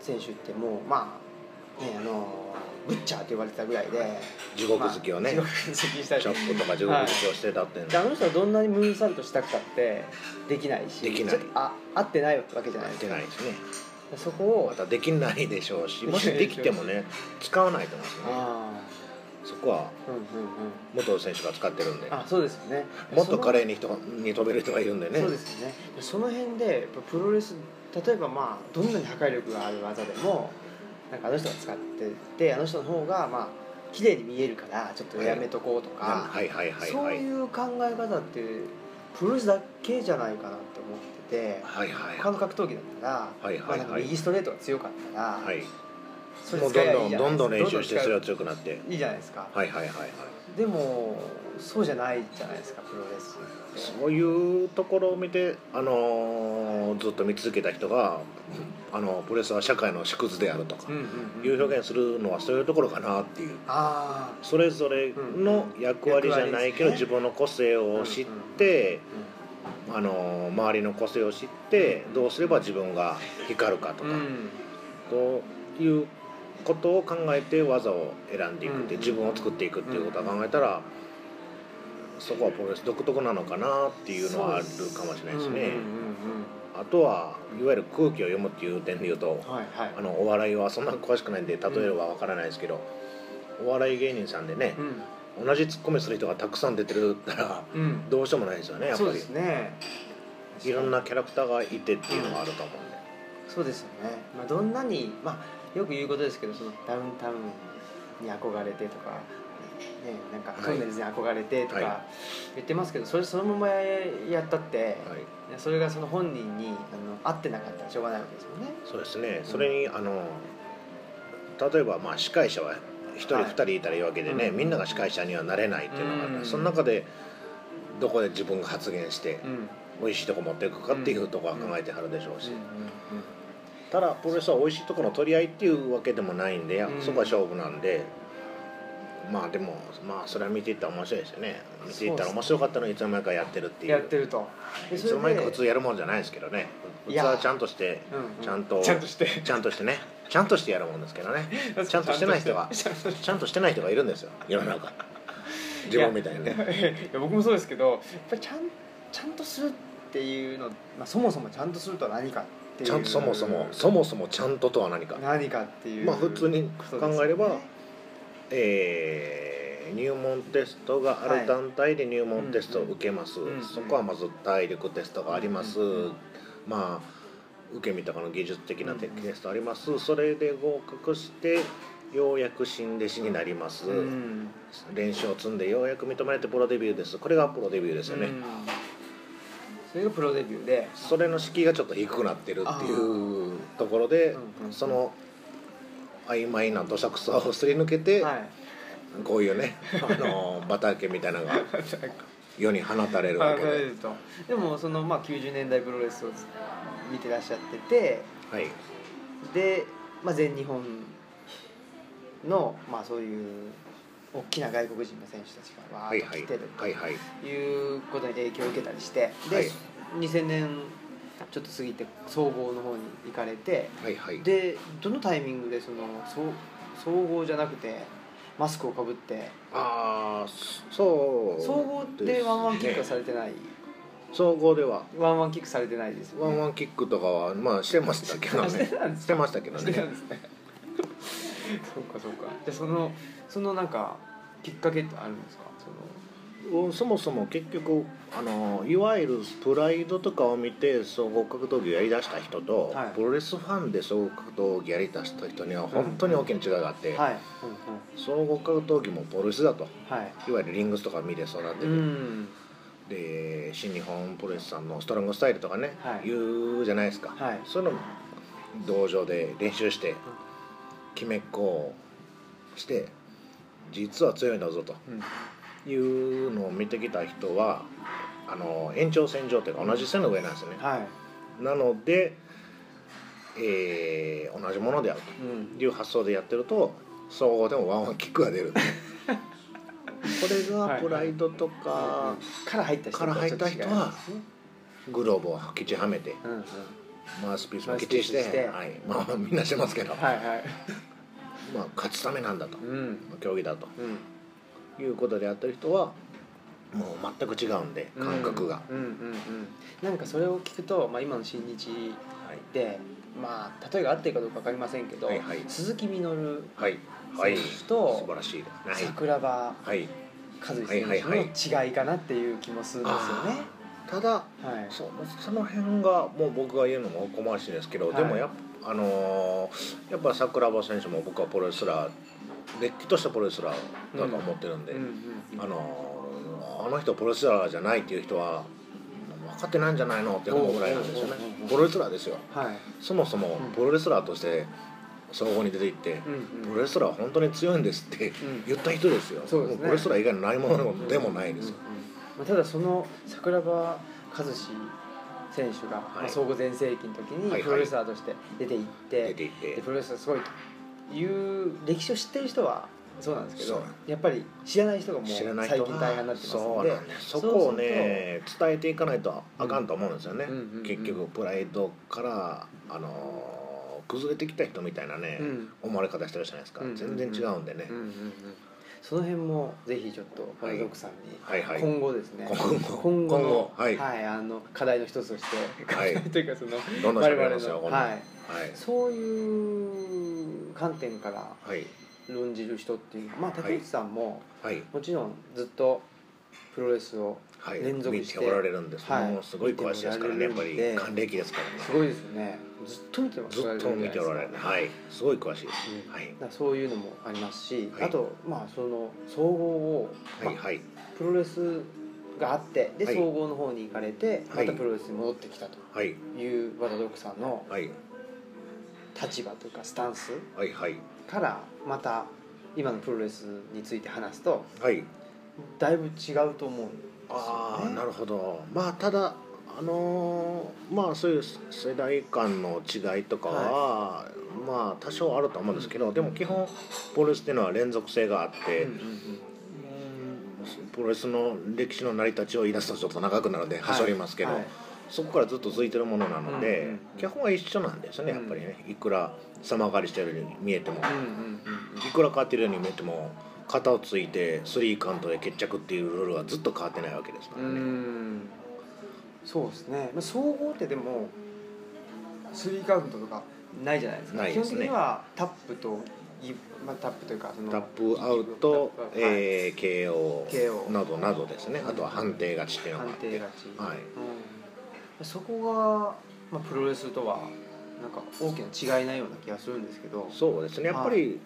Speaker 1: 選手ってもうまあねあのブッチャーって言われてたぐらいで
Speaker 2: 地獄好きをね、
Speaker 1: まあ地獄好きしたり
Speaker 2: チョップとか地獄好きをしてたっていうの
Speaker 1: で
Speaker 2: は
Speaker 1: あの人はどんなにムーンサルトしたくたってできないし
Speaker 2: できな
Speaker 1: ち
Speaker 2: い
Speaker 1: ょっとあ合ってないわけじゃない
Speaker 2: や
Speaker 1: で
Speaker 2: っ
Speaker 1: す
Speaker 2: て
Speaker 1: か
Speaker 2: ないですね
Speaker 1: そこを
Speaker 2: またできないでしょう しもしできてもね使わないと思うんですよね
Speaker 1: あ
Speaker 2: そこは
Speaker 1: あうんうんうん
Speaker 2: 元選手が使ってるんで
Speaker 1: あそうですよね
Speaker 2: もっと華
Speaker 1: レ
Speaker 2: 麗に人がに飛べる人がいるんでね
Speaker 1: そうですよねその辺でやっぱプロレス例えばまあどんなに破壊力がある技でもなんかあの人が使っててあの人の方がまあ綺麗に見えるからちょっとやめとこうとか、
Speaker 2: はいはいはい
Speaker 1: そう
Speaker 2: はい
Speaker 1: いう考え方ってプロレスだけじゃないかなって思ってて
Speaker 2: はいはい
Speaker 1: 他の格闘技だったら、
Speaker 2: はい
Speaker 1: ま
Speaker 2: は
Speaker 1: あ、
Speaker 2: い
Speaker 1: なんか
Speaker 2: はい
Speaker 1: 右ストレートが強かったら、
Speaker 2: はい
Speaker 1: それ
Speaker 2: もう
Speaker 1: 使
Speaker 2: ど
Speaker 1: え
Speaker 2: ん
Speaker 1: ばい
Speaker 2: ど
Speaker 1: い
Speaker 2: ん
Speaker 1: じゃ
Speaker 2: ど
Speaker 1: ない
Speaker 2: んどん練習してそれ
Speaker 1: ど
Speaker 2: は
Speaker 1: んどん使
Speaker 2: 強くなって
Speaker 1: えばいいじゃないですか、
Speaker 2: はいはいはいはい
Speaker 1: でもそうじゃないじゃないですかプロレスって
Speaker 2: そういうところを見てあのーずっと見続けた人があのプロレスは社会の縮図であるとか
Speaker 1: うんうんうん
Speaker 2: いう表現するのはそういうところかなっていう
Speaker 1: あ
Speaker 2: それぞれの役割じゃないけど
Speaker 1: うん
Speaker 2: 自分の個性を知ってあのー周りの個性を知ってどうすれば自分が光るか
Speaker 1: あ
Speaker 2: と
Speaker 1: う
Speaker 2: か
Speaker 1: ん
Speaker 2: ということを考えて技を選んでいくって、
Speaker 1: うん
Speaker 2: 自分を作っていくっていうことを考えたら、そこはプロレス独特なのかなっていうのはあるかもしれないですね、
Speaker 1: うん
Speaker 2: あとはいわゆる空気を読むっていう点で言う
Speaker 1: う
Speaker 2: と
Speaker 1: んうんはいはい
Speaker 2: あのお笑いはそんな詳しくないんで例えばわからないですけど、お笑い芸人さんでね
Speaker 1: う、ん
Speaker 2: 同じツッコミする人がたくさん出てるったら
Speaker 1: うん
Speaker 2: どうしようもないですよねやっ
Speaker 1: そ
Speaker 2: ぱ
Speaker 1: う
Speaker 2: り、
Speaker 1: ですね
Speaker 2: いろんなキャラクターがいてっていうのはあると思うんで、
Speaker 1: そうですよね、まあ、どんなに、まあ、よく言うことですけどそのダウンタウンに憧れてとか、ね、なんか
Speaker 2: はい
Speaker 1: トンネルズに憧れてと
Speaker 2: は
Speaker 1: か言ってますけど、それそのままやったって、
Speaker 2: はい
Speaker 1: それがその本人にあの合ってなかったらしょうがないわけですもんね。
Speaker 2: そうですね、それにあの例えばまあ司会者は1人
Speaker 1: はい
Speaker 2: 2人いたらいいわけでね、
Speaker 1: うん
Speaker 2: みんなが司会者にはなれないっていうのがある、
Speaker 1: うん
Speaker 2: その中でどこで自分が発言して
Speaker 1: うん
Speaker 2: 美味しいとこ持っていくかっていうとこは考えてはるでしょう
Speaker 1: う
Speaker 2: し、
Speaker 1: んうん
Speaker 2: ただプロレスは美味しいとこの取り合いっていうわけでもないんで、
Speaker 1: うん
Speaker 2: そこは勝負なんでまあでもまあそれは見ていったら面白いですよね見ていったら面白かったのにいつの間にかやってるっていう
Speaker 1: やってると
Speaker 2: いつの間にか普通やるもんじゃないですけどね普
Speaker 1: い
Speaker 2: 通
Speaker 1: や
Speaker 2: はちゃんとして
Speaker 1: うんうん
Speaker 2: ちゃんと
Speaker 1: ちゃんとして
Speaker 2: ちゃんとしてねちゃんとしてやるもんですけどねちゃんとしてない人が
Speaker 1: ちゃんとして
Speaker 2: ちゃんとしてない人がいるんですよ世の中自分みたい に
Speaker 1: いや
Speaker 2: ね
Speaker 1: いや僕もそうですけどやっぱりちゃんちゃんとするっていうの、まあ、そもそもちゃんとするとは何かっていう
Speaker 2: ちゃんとそもそもそもそもちゃんととは何か
Speaker 1: 何かっていう
Speaker 2: まあ普通に
Speaker 1: こと
Speaker 2: 考
Speaker 1: ですよね
Speaker 2: えればえー入門テストがあ
Speaker 1: はい
Speaker 2: る団体で入門テストを受けます、
Speaker 1: うんうん
Speaker 2: そこはまず体力テストがあります、
Speaker 1: うんうん
Speaker 2: まあ受け身とかの技術的なテ
Speaker 1: うんうん
Speaker 2: テストあります、それで合格してようやく新弟子になります、
Speaker 1: うん
Speaker 2: 練習を積んでようやく認められてプロデビューですこれがプロデビューですよね、
Speaker 1: うんそれがプロデビューで
Speaker 2: それの敷居がちょっと低くなってるっていうところで
Speaker 1: うんうん
Speaker 2: その曖昧な土砂草をすり抜けて、
Speaker 1: はい
Speaker 2: こうい うねあの畑みたいなのが世に放たれる
Speaker 1: あ
Speaker 2: わけ
Speaker 1: それ
Speaker 2: で
Speaker 1: で、とでもそのまあ90年代プロレスを見てらっしゃってて
Speaker 2: はい、
Speaker 1: で、まあ、全日本の、まあ、そういう大きな外国人の選手たちがわ
Speaker 2: は
Speaker 1: ー
Speaker 2: い
Speaker 1: っと
Speaker 2: は
Speaker 1: 来
Speaker 2: い
Speaker 1: てる
Speaker 2: はいはい
Speaker 1: ということに影響を受けたりしてで、
Speaker 2: はい
Speaker 1: 2000年ちょっと過ぎて総合の方に行かれて
Speaker 2: はいはい
Speaker 1: でどのタイミングでその総総合じゃなくてマスクをかぶって
Speaker 2: ああそう
Speaker 1: 総合でワンワンキックはさ
Speaker 2: れ
Speaker 1: れてない
Speaker 2: 総合では
Speaker 1: ワンワンキックされてないですよ
Speaker 2: ワン
Speaker 1: ね
Speaker 2: ワンキックとかはまあしてましたけど
Speaker 1: して
Speaker 2: ね
Speaker 1: たんです
Speaker 2: してましたけど
Speaker 1: してたん
Speaker 2: ね
Speaker 1: ですねそうかそうかでそのそのなんかきっかけってあるんですかその
Speaker 2: うんそもそも結局あのいわゆるプライドとかを見て総合格闘技をやりだした人と、
Speaker 1: はい
Speaker 2: プロレスファンで総合格闘技やりだした人には本当に大きな違いがあって、
Speaker 1: はい、うん
Speaker 2: 総合格闘技もプロレスだと
Speaker 1: うん、はい
Speaker 2: いわゆるリングスとか見て育て
Speaker 1: う
Speaker 2: て、
Speaker 1: ん
Speaker 2: で新日本プロレスさんのストロングスタイルとかね、
Speaker 1: はい
Speaker 2: 言うじゃないですか、
Speaker 1: はい
Speaker 2: そういうのも道場で練習して決めっこをして実は強いんだぞと
Speaker 1: うん
Speaker 2: いうのを見てきた人はあの延長線上というか同じ線の上なんですよね、
Speaker 1: はい
Speaker 2: なので、えー同じものである
Speaker 1: うん
Speaker 2: という発想でやってると総合でもワンワンキックが出るこ れがプライドとか、
Speaker 1: から入った人
Speaker 2: から入った人はグローブを履き地はめて
Speaker 1: うんうん
Speaker 2: マウスピースもきっちりして
Speaker 1: マウスピースして
Speaker 2: はい、まあみんなしてますけど、
Speaker 1: はいはい
Speaker 2: まあ、勝つためなんだと
Speaker 1: うん
Speaker 2: 競技だと
Speaker 1: うん
Speaker 2: いうことでやってる人はもう全く違うんで感覚が、
Speaker 1: うんうんうんなんかそれを聞くと、まあ、今の新日でまあ例えが合ってるかどうかわかりませんけど、
Speaker 2: はいはい
Speaker 1: 鈴木みのる
Speaker 2: はいはい、
Speaker 1: 選手と
Speaker 2: 素晴らしいですね
Speaker 1: 桜庭
Speaker 2: はい、はい、
Speaker 1: 和一選手の違いかなっていう気もするんですよね。
Speaker 2: ただ
Speaker 1: はい、
Speaker 2: そその辺がもう僕が言うのもおこましいですけど、
Speaker 1: はい
Speaker 2: でもやっぱあのーやっぱ桜庭選手も僕はプロレスラーれっきとしたプロレスラーだと思ってるんで、
Speaker 1: うんうん
Speaker 2: あのーあの人プロレスラーじゃないっていう人は分かってないんじゃないのって思うぐらいなんですよね
Speaker 1: おうおうおうおう
Speaker 2: プロレスラーですよ
Speaker 1: はい
Speaker 2: そもそも
Speaker 1: うん
Speaker 2: プロレスラーとして総合に出ていって、
Speaker 1: うん
Speaker 2: プ
Speaker 1: う
Speaker 2: ロレスラーは本当に強いんですって
Speaker 1: ん
Speaker 2: 言った人ですよ、
Speaker 1: そうですね
Speaker 2: もプロレスラー以外のないも
Speaker 1: うん
Speaker 2: のでもないですよ、
Speaker 1: うんうんまあ、ただその桜庭和志選手が、ま
Speaker 2: は
Speaker 1: あ、
Speaker 2: い
Speaker 1: 総合全盛期の時
Speaker 2: はいは
Speaker 1: に
Speaker 2: い
Speaker 1: プロレスラーとして出ていって、
Speaker 2: 出ていって
Speaker 1: でプロレスラーすごいという歴史を知ってる人はそうなんですけ
Speaker 2: そ
Speaker 1: ど
Speaker 2: うなん
Speaker 1: やっぱり知らない人がもう
Speaker 2: 知らない
Speaker 1: 最
Speaker 2: 人
Speaker 1: 近大変になってます
Speaker 2: そ
Speaker 1: の
Speaker 2: う
Speaker 1: で
Speaker 2: なんですそこをね伝えていかないとあかんと思うんですよね、
Speaker 1: うんうんうんうん
Speaker 2: 結局プライドからあのー崩れてきた人みたいなね、
Speaker 1: うん
Speaker 2: 思われ方してるじゃないですか、
Speaker 1: うんうんうん
Speaker 2: 全然違うんでね、
Speaker 1: うんうんうんその辺もぜひちょっとパラドックさんに
Speaker 2: はいはい
Speaker 1: 今後ですね、
Speaker 2: 今
Speaker 1: 今
Speaker 2: 後
Speaker 1: 後の
Speaker 2: 今後はい
Speaker 1: あの課題の一つとして、
Speaker 2: はい
Speaker 1: 課題というかその
Speaker 2: どんどん喋ります よ
Speaker 1: 我々の
Speaker 2: 今度
Speaker 1: はい
Speaker 2: はい
Speaker 1: そういう観点から
Speaker 2: はい
Speaker 1: 論じる人っていうのはまあ
Speaker 2: はい
Speaker 1: 竹内さんも
Speaker 2: はい
Speaker 1: もちろんずっとプロレスを
Speaker 2: はい
Speaker 1: 連続して
Speaker 2: 見ておられるんです、
Speaker 1: はい
Speaker 2: もうすごい詳しいですから
Speaker 1: 見
Speaker 2: ねやって
Speaker 1: お
Speaker 2: ぱ
Speaker 1: られる
Speaker 2: り
Speaker 1: んで
Speaker 2: 還暦ですから
Speaker 1: す
Speaker 2: ね
Speaker 1: ごいですよねずっと見てます
Speaker 2: ずっと見ておられる
Speaker 1: ね
Speaker 2: はいすごい詳しいです、
Speaker 1: うん
Speaker 2: はい
Speaker 1: だからそういうのもありますし、
Speaker 2: はい
Speaker 1: あとまあその総合を、
Speaker 2: はい
Speaker 1: まあ
Speaker 2: はい
Speaker 1: プロレスがあってで、
Speaker 2: はい
Speaker 1: 総合の方に行かれてま
Speaker 2: はい
Speaker 1: たプロレスに戻ってきたと
Speaker 2: はい
Speaker 1: いう和田ドックさんの
Speaker 2: はい
Speaker 1: 立場というかスタンス
Speaker 2: はいはい
Speaker 1: からまた今のプロレスについて話すと
Speaker 2: はい
Speaker 1: だいぶ違うと思うんですよね。
Speaker 2: ああなるほどまあただあのーまあそういう世代間の違いとかは、まあ多少あると思うんですけど、でも基本プロレスっていうのは連続性があって、
Speaker 1: うんうんうん
Speaker 2: プロレスの歴史の成り立ちを言い出すとちょっと長くなるので端折りますけど、
Speaker 1: はい
Speaker 2: そこからずっと続いてるものなので、
Speaker 1: うんうん
Speaker 2: 基本は一緒なんですねやっぱりねいくら様変わりしてるように見えても、
Speaker 1: うんうん
Speaker 2: いくら変わってるように見えても肩をついてスリーカウントで決着っていうルールはずっと変わってないわけですか
Speaker 1: う
Speaker 2: ら
Speaker 1: んうんう
Speaker 2: ね、
Speaker 1: んそうですねまあ総合ってでもスリーカウントとかないじゃないですか
Speaker 2: ないですね
Speaker 1: 基本的にはタップとい、まあ、タップというかその
Speaker 2: タップアウト、
Speaker 1: タップはい
Speaker 2: えー KO
Speaker 1: KO
Speaker 2: などなどですねあとは判定勝ちっていうのがあ
Speaker 1: 判
Speaker 2: って
Speaker 1: 定勝ち、
Speaker 2: はい
Speaker 1: うん、そこが、まあ、プロレスとはなんか大きな違いないような気がするんですけど
Speaker 2: そうですねやっぱり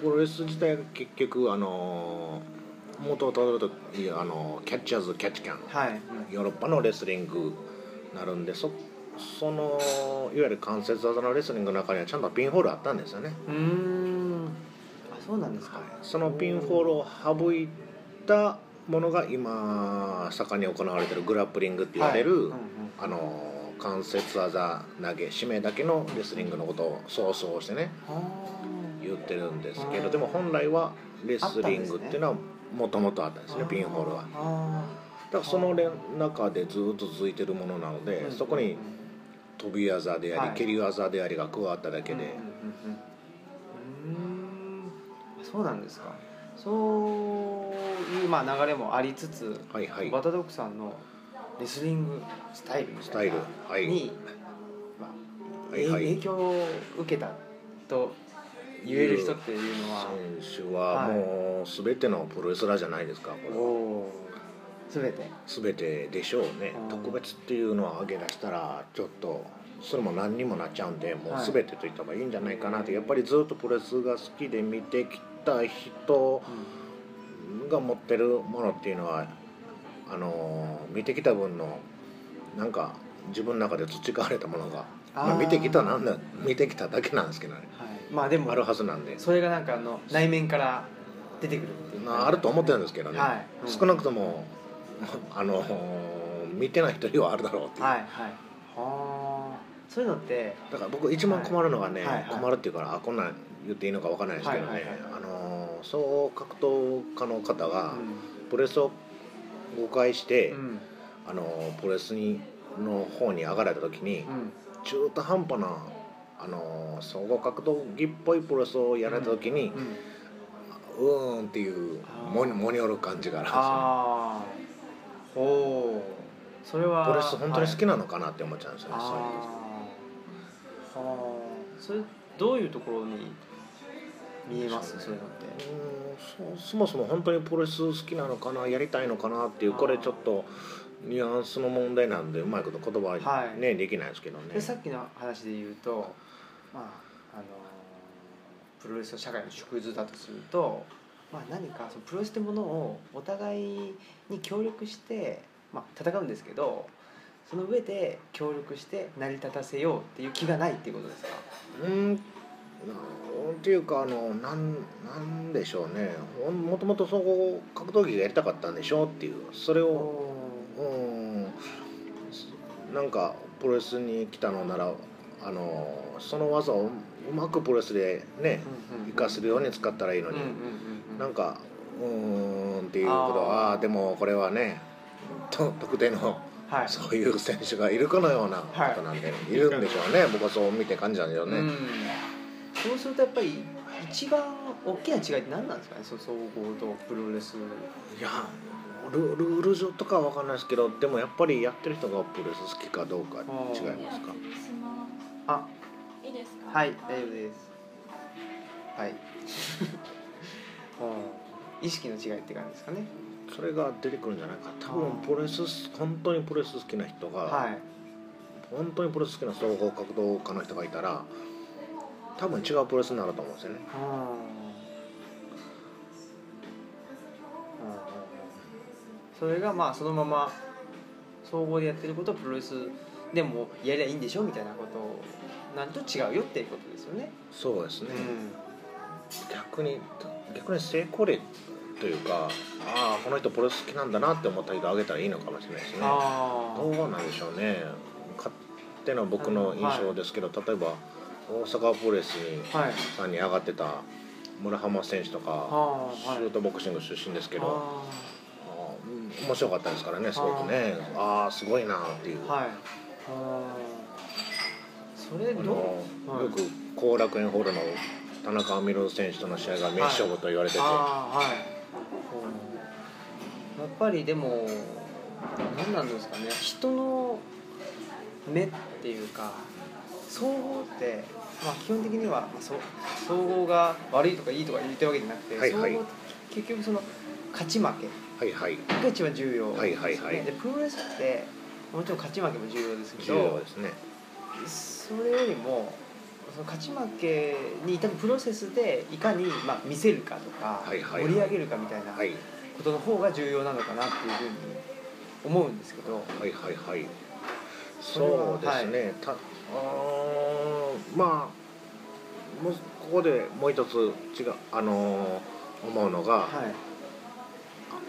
Speaker 2: プロレス自体が結局あのー元をたどるといやあのーキャッチャーズキャッチキャン
Speaker 1: はい、うん
Speaker 2: ヨーロッパのレスリングなるんでそそのいわゆる関節技のレスリングの中にはちゃんとピンホールあったんですよね、
Speaker 1: うーんあそうなんですか、
Speaker 2: はい、そのピンホールを省いたものが今盛んに行われてるグラップリングって言われる、
Speaker 1: はい
Speaker 2: あのー関節技投げ締めだけのレスリングのことを総称してね
Speaker 1: うんうんあ
Speaker 2: 言ってるんですけ
Speaker 1: あ
Speaker 2: ど
Speaker 1: ー
Speaker 2: でも本来はレスリングっていうのはもともとあったんですね
Speaker 1: ー
Speaker 2: ピンホールは
Speaker 1: あ
Speaker 2: だからその連中でずっと続いてるものなので、
Speaker 1: ー
Speaker 2: そこに飛び技であり、
Speaker 1: はい
Speaker 2: 蹴り技でありが加わっただけで、
Speaker 1: うんうんうんうんうーんそうなんですかそういう、まあ、流れもありつつ、
Speaker 2: はいはい
Speaker 1: バタドックさんのレスリングスタイルみたいな
Speaker 2: スタイルはい
Speaker 1: に、まあ
Speaker 2: はいはい
Speaker 1: 影影響を受けたと言える人っていうのは
Speaker 2: 選手は
Speaker 1: はい
Speaker 2: もう全てのプロレスラーじゃないですかこれ
Speaker 1: お
Speaker 2: は
Speaker 1: お全て
Speaker 2: 全てでしょうね
Speaker 1: うん
Speaker 2: 特別っていうのを挙げ出したらちょっとそれも何にもなっちゃうんでも
Speaker 1: は
Speaker 2: う
Speaker 1: い
Speaker 2: 全てと言った方がいいんじゃないかなってやっぱりずっとプロレスが好きで見てきた人が持ってるものっていうのはあのー見てきた分のなんか自分の中で培われたものがまあ
Speaker 1: あー
Speaker 2: 見てきたなんだ見てきただけなんですけどね
Speaker 1: はい、まあでも
Speaker 2: あるはずなんで、
Speaker 1: それがなんかあの内面から出てくるっていう
Speaker 2: まあ、あると思ってるんですけどね、
Speaker 1: はいうん
Speaker 2: 少なくともあの見てない人にはあるだろうっていう、
Speaker 1: はいはいはあそういうのって
Speaker 2: だから僕一番困るのがね、
Speaker 1: はいはいはい
Speaker 2: 困るっていうからあこんなん言っていいのかわからないですけどね、
Speaker 1: はいはいはい
Speaker 2: あのそう格闘家の方
Speaker 1: う
Speaker 2: が
Speaker 1: ん
Speaker 2: プロレスを誤解して、
Speaker 1: うん
Speaker 2: あのプロレスにの方に上がられた時に、
Speaker 1: うん
Speaker 2: 中途半端なあの総合格闘技っぽいプロレスをやられた時に、
Speaker 1: うん
Speaker 2: うーんっていうもに
Speaker 1: あー
Speaker 2: もにょる感じがあるんですよね
Speaker 1: ああほうそれは
Speaker 2: プロレス本当に好
Speaker 1: はい
Speaker 2: きなのかなって思っちゃうんですよね、そういうの
Speaker 1: ああはあそれどういうところに見えますそういうのって
Speaker 2: うーんそそもそも本当にプロレス好きなのかなやりたいのかなっていう
Speaker 1: あー
Speaker 2: これちょっとニュアンスの問題なんでうまいこと言葉は
Speaker 1: はい
Speaker 2: ね、できないですけどね
Speaker 1: でさっきの話で言うとまああのプロレスの社会の縮図だとすると、まあ、何かそのプロレスってものをお互いに協力して、まあ、戦うんですけどその上で協力して成り立たせようっていう気がないっていうことですか
Speaker 2: うーんっていうかあのなんなんでしょうねほんもともとそこ格闘技がやりたかったんでしょうっていうそれをうーんなんかプロレスに来たのならあのその技をうまくプロレスでね活かせるように使ったらいいの
Speaker 1: うん
Speaker 2: に、
Speaker 1: うんうんう
Speaker 2: なんんかうーんっていうことはあ
Speaker 1: あー
Speaker 2: あーでもこれはねと特定の
Speaker 1: はい
Speaker 2: そういう選手がいるかのようなことなんで、い、るんでしょうね僕はそう見て感じたんでしょうね、
Speaker 1: うん、そうするとやっぱり一番大きな違いって何なんですかねその総合とプロレス
Speaker 2: いやルルール上とかは分かんないですけどでもやっぱりやってる人がプロレス好きかどうか違いますか
Speaker 1: あ
Speaker 3: いいですか。
Speaker 1: はい大丈夫ですはい うん意識の違いって感じですかね
Speaker 2: それが出てくるんじゃないか多分プロレス本当にプロレス好きな人が、
Speaker 1: はい
Speaker 2: 本当にプロレス好きな総合格闘家の人がいたら多分違うプロレスになると思うんですよね
Speaker 1: うんうんそれがまあそのまま総合でやってることをプロレスでもやりゃいいんでしょみたいなことなんと違うよっていうことですよね。
Speaker 2: そうですね、
Speaker 1: うん
Speaker 2: 逆に逆に成功例というかああこの人プロレス好きなんだなって思った人あげたらいいのかもしれないですね
Speaker 1: あ
Speaker 2: どうなんでしょうね勝手な僕の印象ですけど、例えば大阪プロレスに
Speaker 1: あはい
Speaker 2: さんに上がってた村浜選手と
Speaker 1: あ
Speaker 2: か
Speaker 1: あ
Speaker 2: シ
Speaker 1: はい
Speaker 2: ュートボクシング出身ですけど
Speaker 1: あ
Speaker 2: あー面白かったですからねすごくねああーすごいなっていう、
Speaker 1: あはいああそれ
Speaker 2: あ
Speaker 1: どう
Speaker 2: の
Speaker 1: はい
Speaker 2: よく後楽園ホールの田中美朗選手との試合が名勝負と言われてて、
Speaker 1: ああはいやっぱりでも何なんですかね人の目っていうか総合って、まあ、基本的には、まあ、そ総合が悪いとかいいとか言ってるわけじゃなくて、
Speaker 2: はいはい
Speaker 1: 総合って結局その勝ち負け
Speaker 2: はいはい
Speaker 1: が一番重要ですよね、
Speaker 2: はいはいはい
Speaker 1: でプロレスってもちろん勝ち負けも重要ですけ
Speaker 2: 重要
Speaker 1: ど
Speaker 2: ですね
Speaker 1: それよりもその勝ち負けに至るプロセスでいかに、まあ、見せるかとか、
Speaker 2: はいはいはい
Speaker 1: 盛り上げるかみたいな
Speaker 2: はい
Speaker 1: ことの方が重要なのかなっていうふうに思うんですけど、
Speaker 2: はいはいはい
Speaker 1: それは
Speaker 2: そうですね、たあーまあもうここでもう一つ違うあのー思うのが、
Speaker 1: はい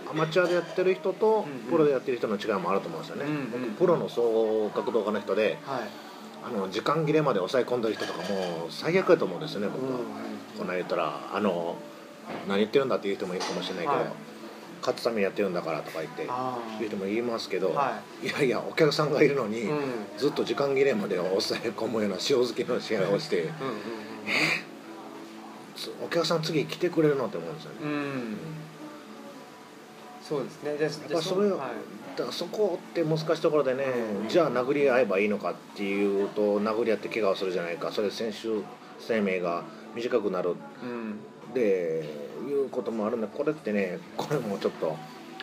Speaker 2: アマチュアでやってる人と
Speaker 1: うんうん
Speaker 2: プロでやってる人の違いもあると思うんですよね、
Speaker 1: うんうん
Speaker 2: プロの総合格闘家の人で
Speaker 1: はい
Speaker 2: あの時間切れまで抑え込んでる人とかもう最悪だと思うんですよね僕は、こんなん言ったらあの何言ってるんだっていう人もいるかもしれないけど、
Speaker 1: はい
Speaker 2: 勝つためにやってるんだからとか言って
Speaker 1: あ
Speaker 2: 言う人も言いますけど、、
Speaker 1: はい
Speaker 2: やいやお客さんがいるのに、
Speaker 1: ーうんうんうん
Speaker 2: ずっと時間切れまで抑え込むような塩漬けの試合をしてつお客さん次来てくれるのって思うんですよね
Speaker 1: うんうんそうですねじゃあじゃあ
Speaker 2: やっぱそれ
Speaker 1: はい
Speaker 2: だからそこって難しいところでね、
Speaker 1: うん
Speaker 2: じゃあ殴り合えばいいのかっていうと殴り合って怪我をするじゃないかそれ選手生命が短くなる
Speaker 1: うん
Speaker 2: でいうこともあるんでこれってねこれもちょっと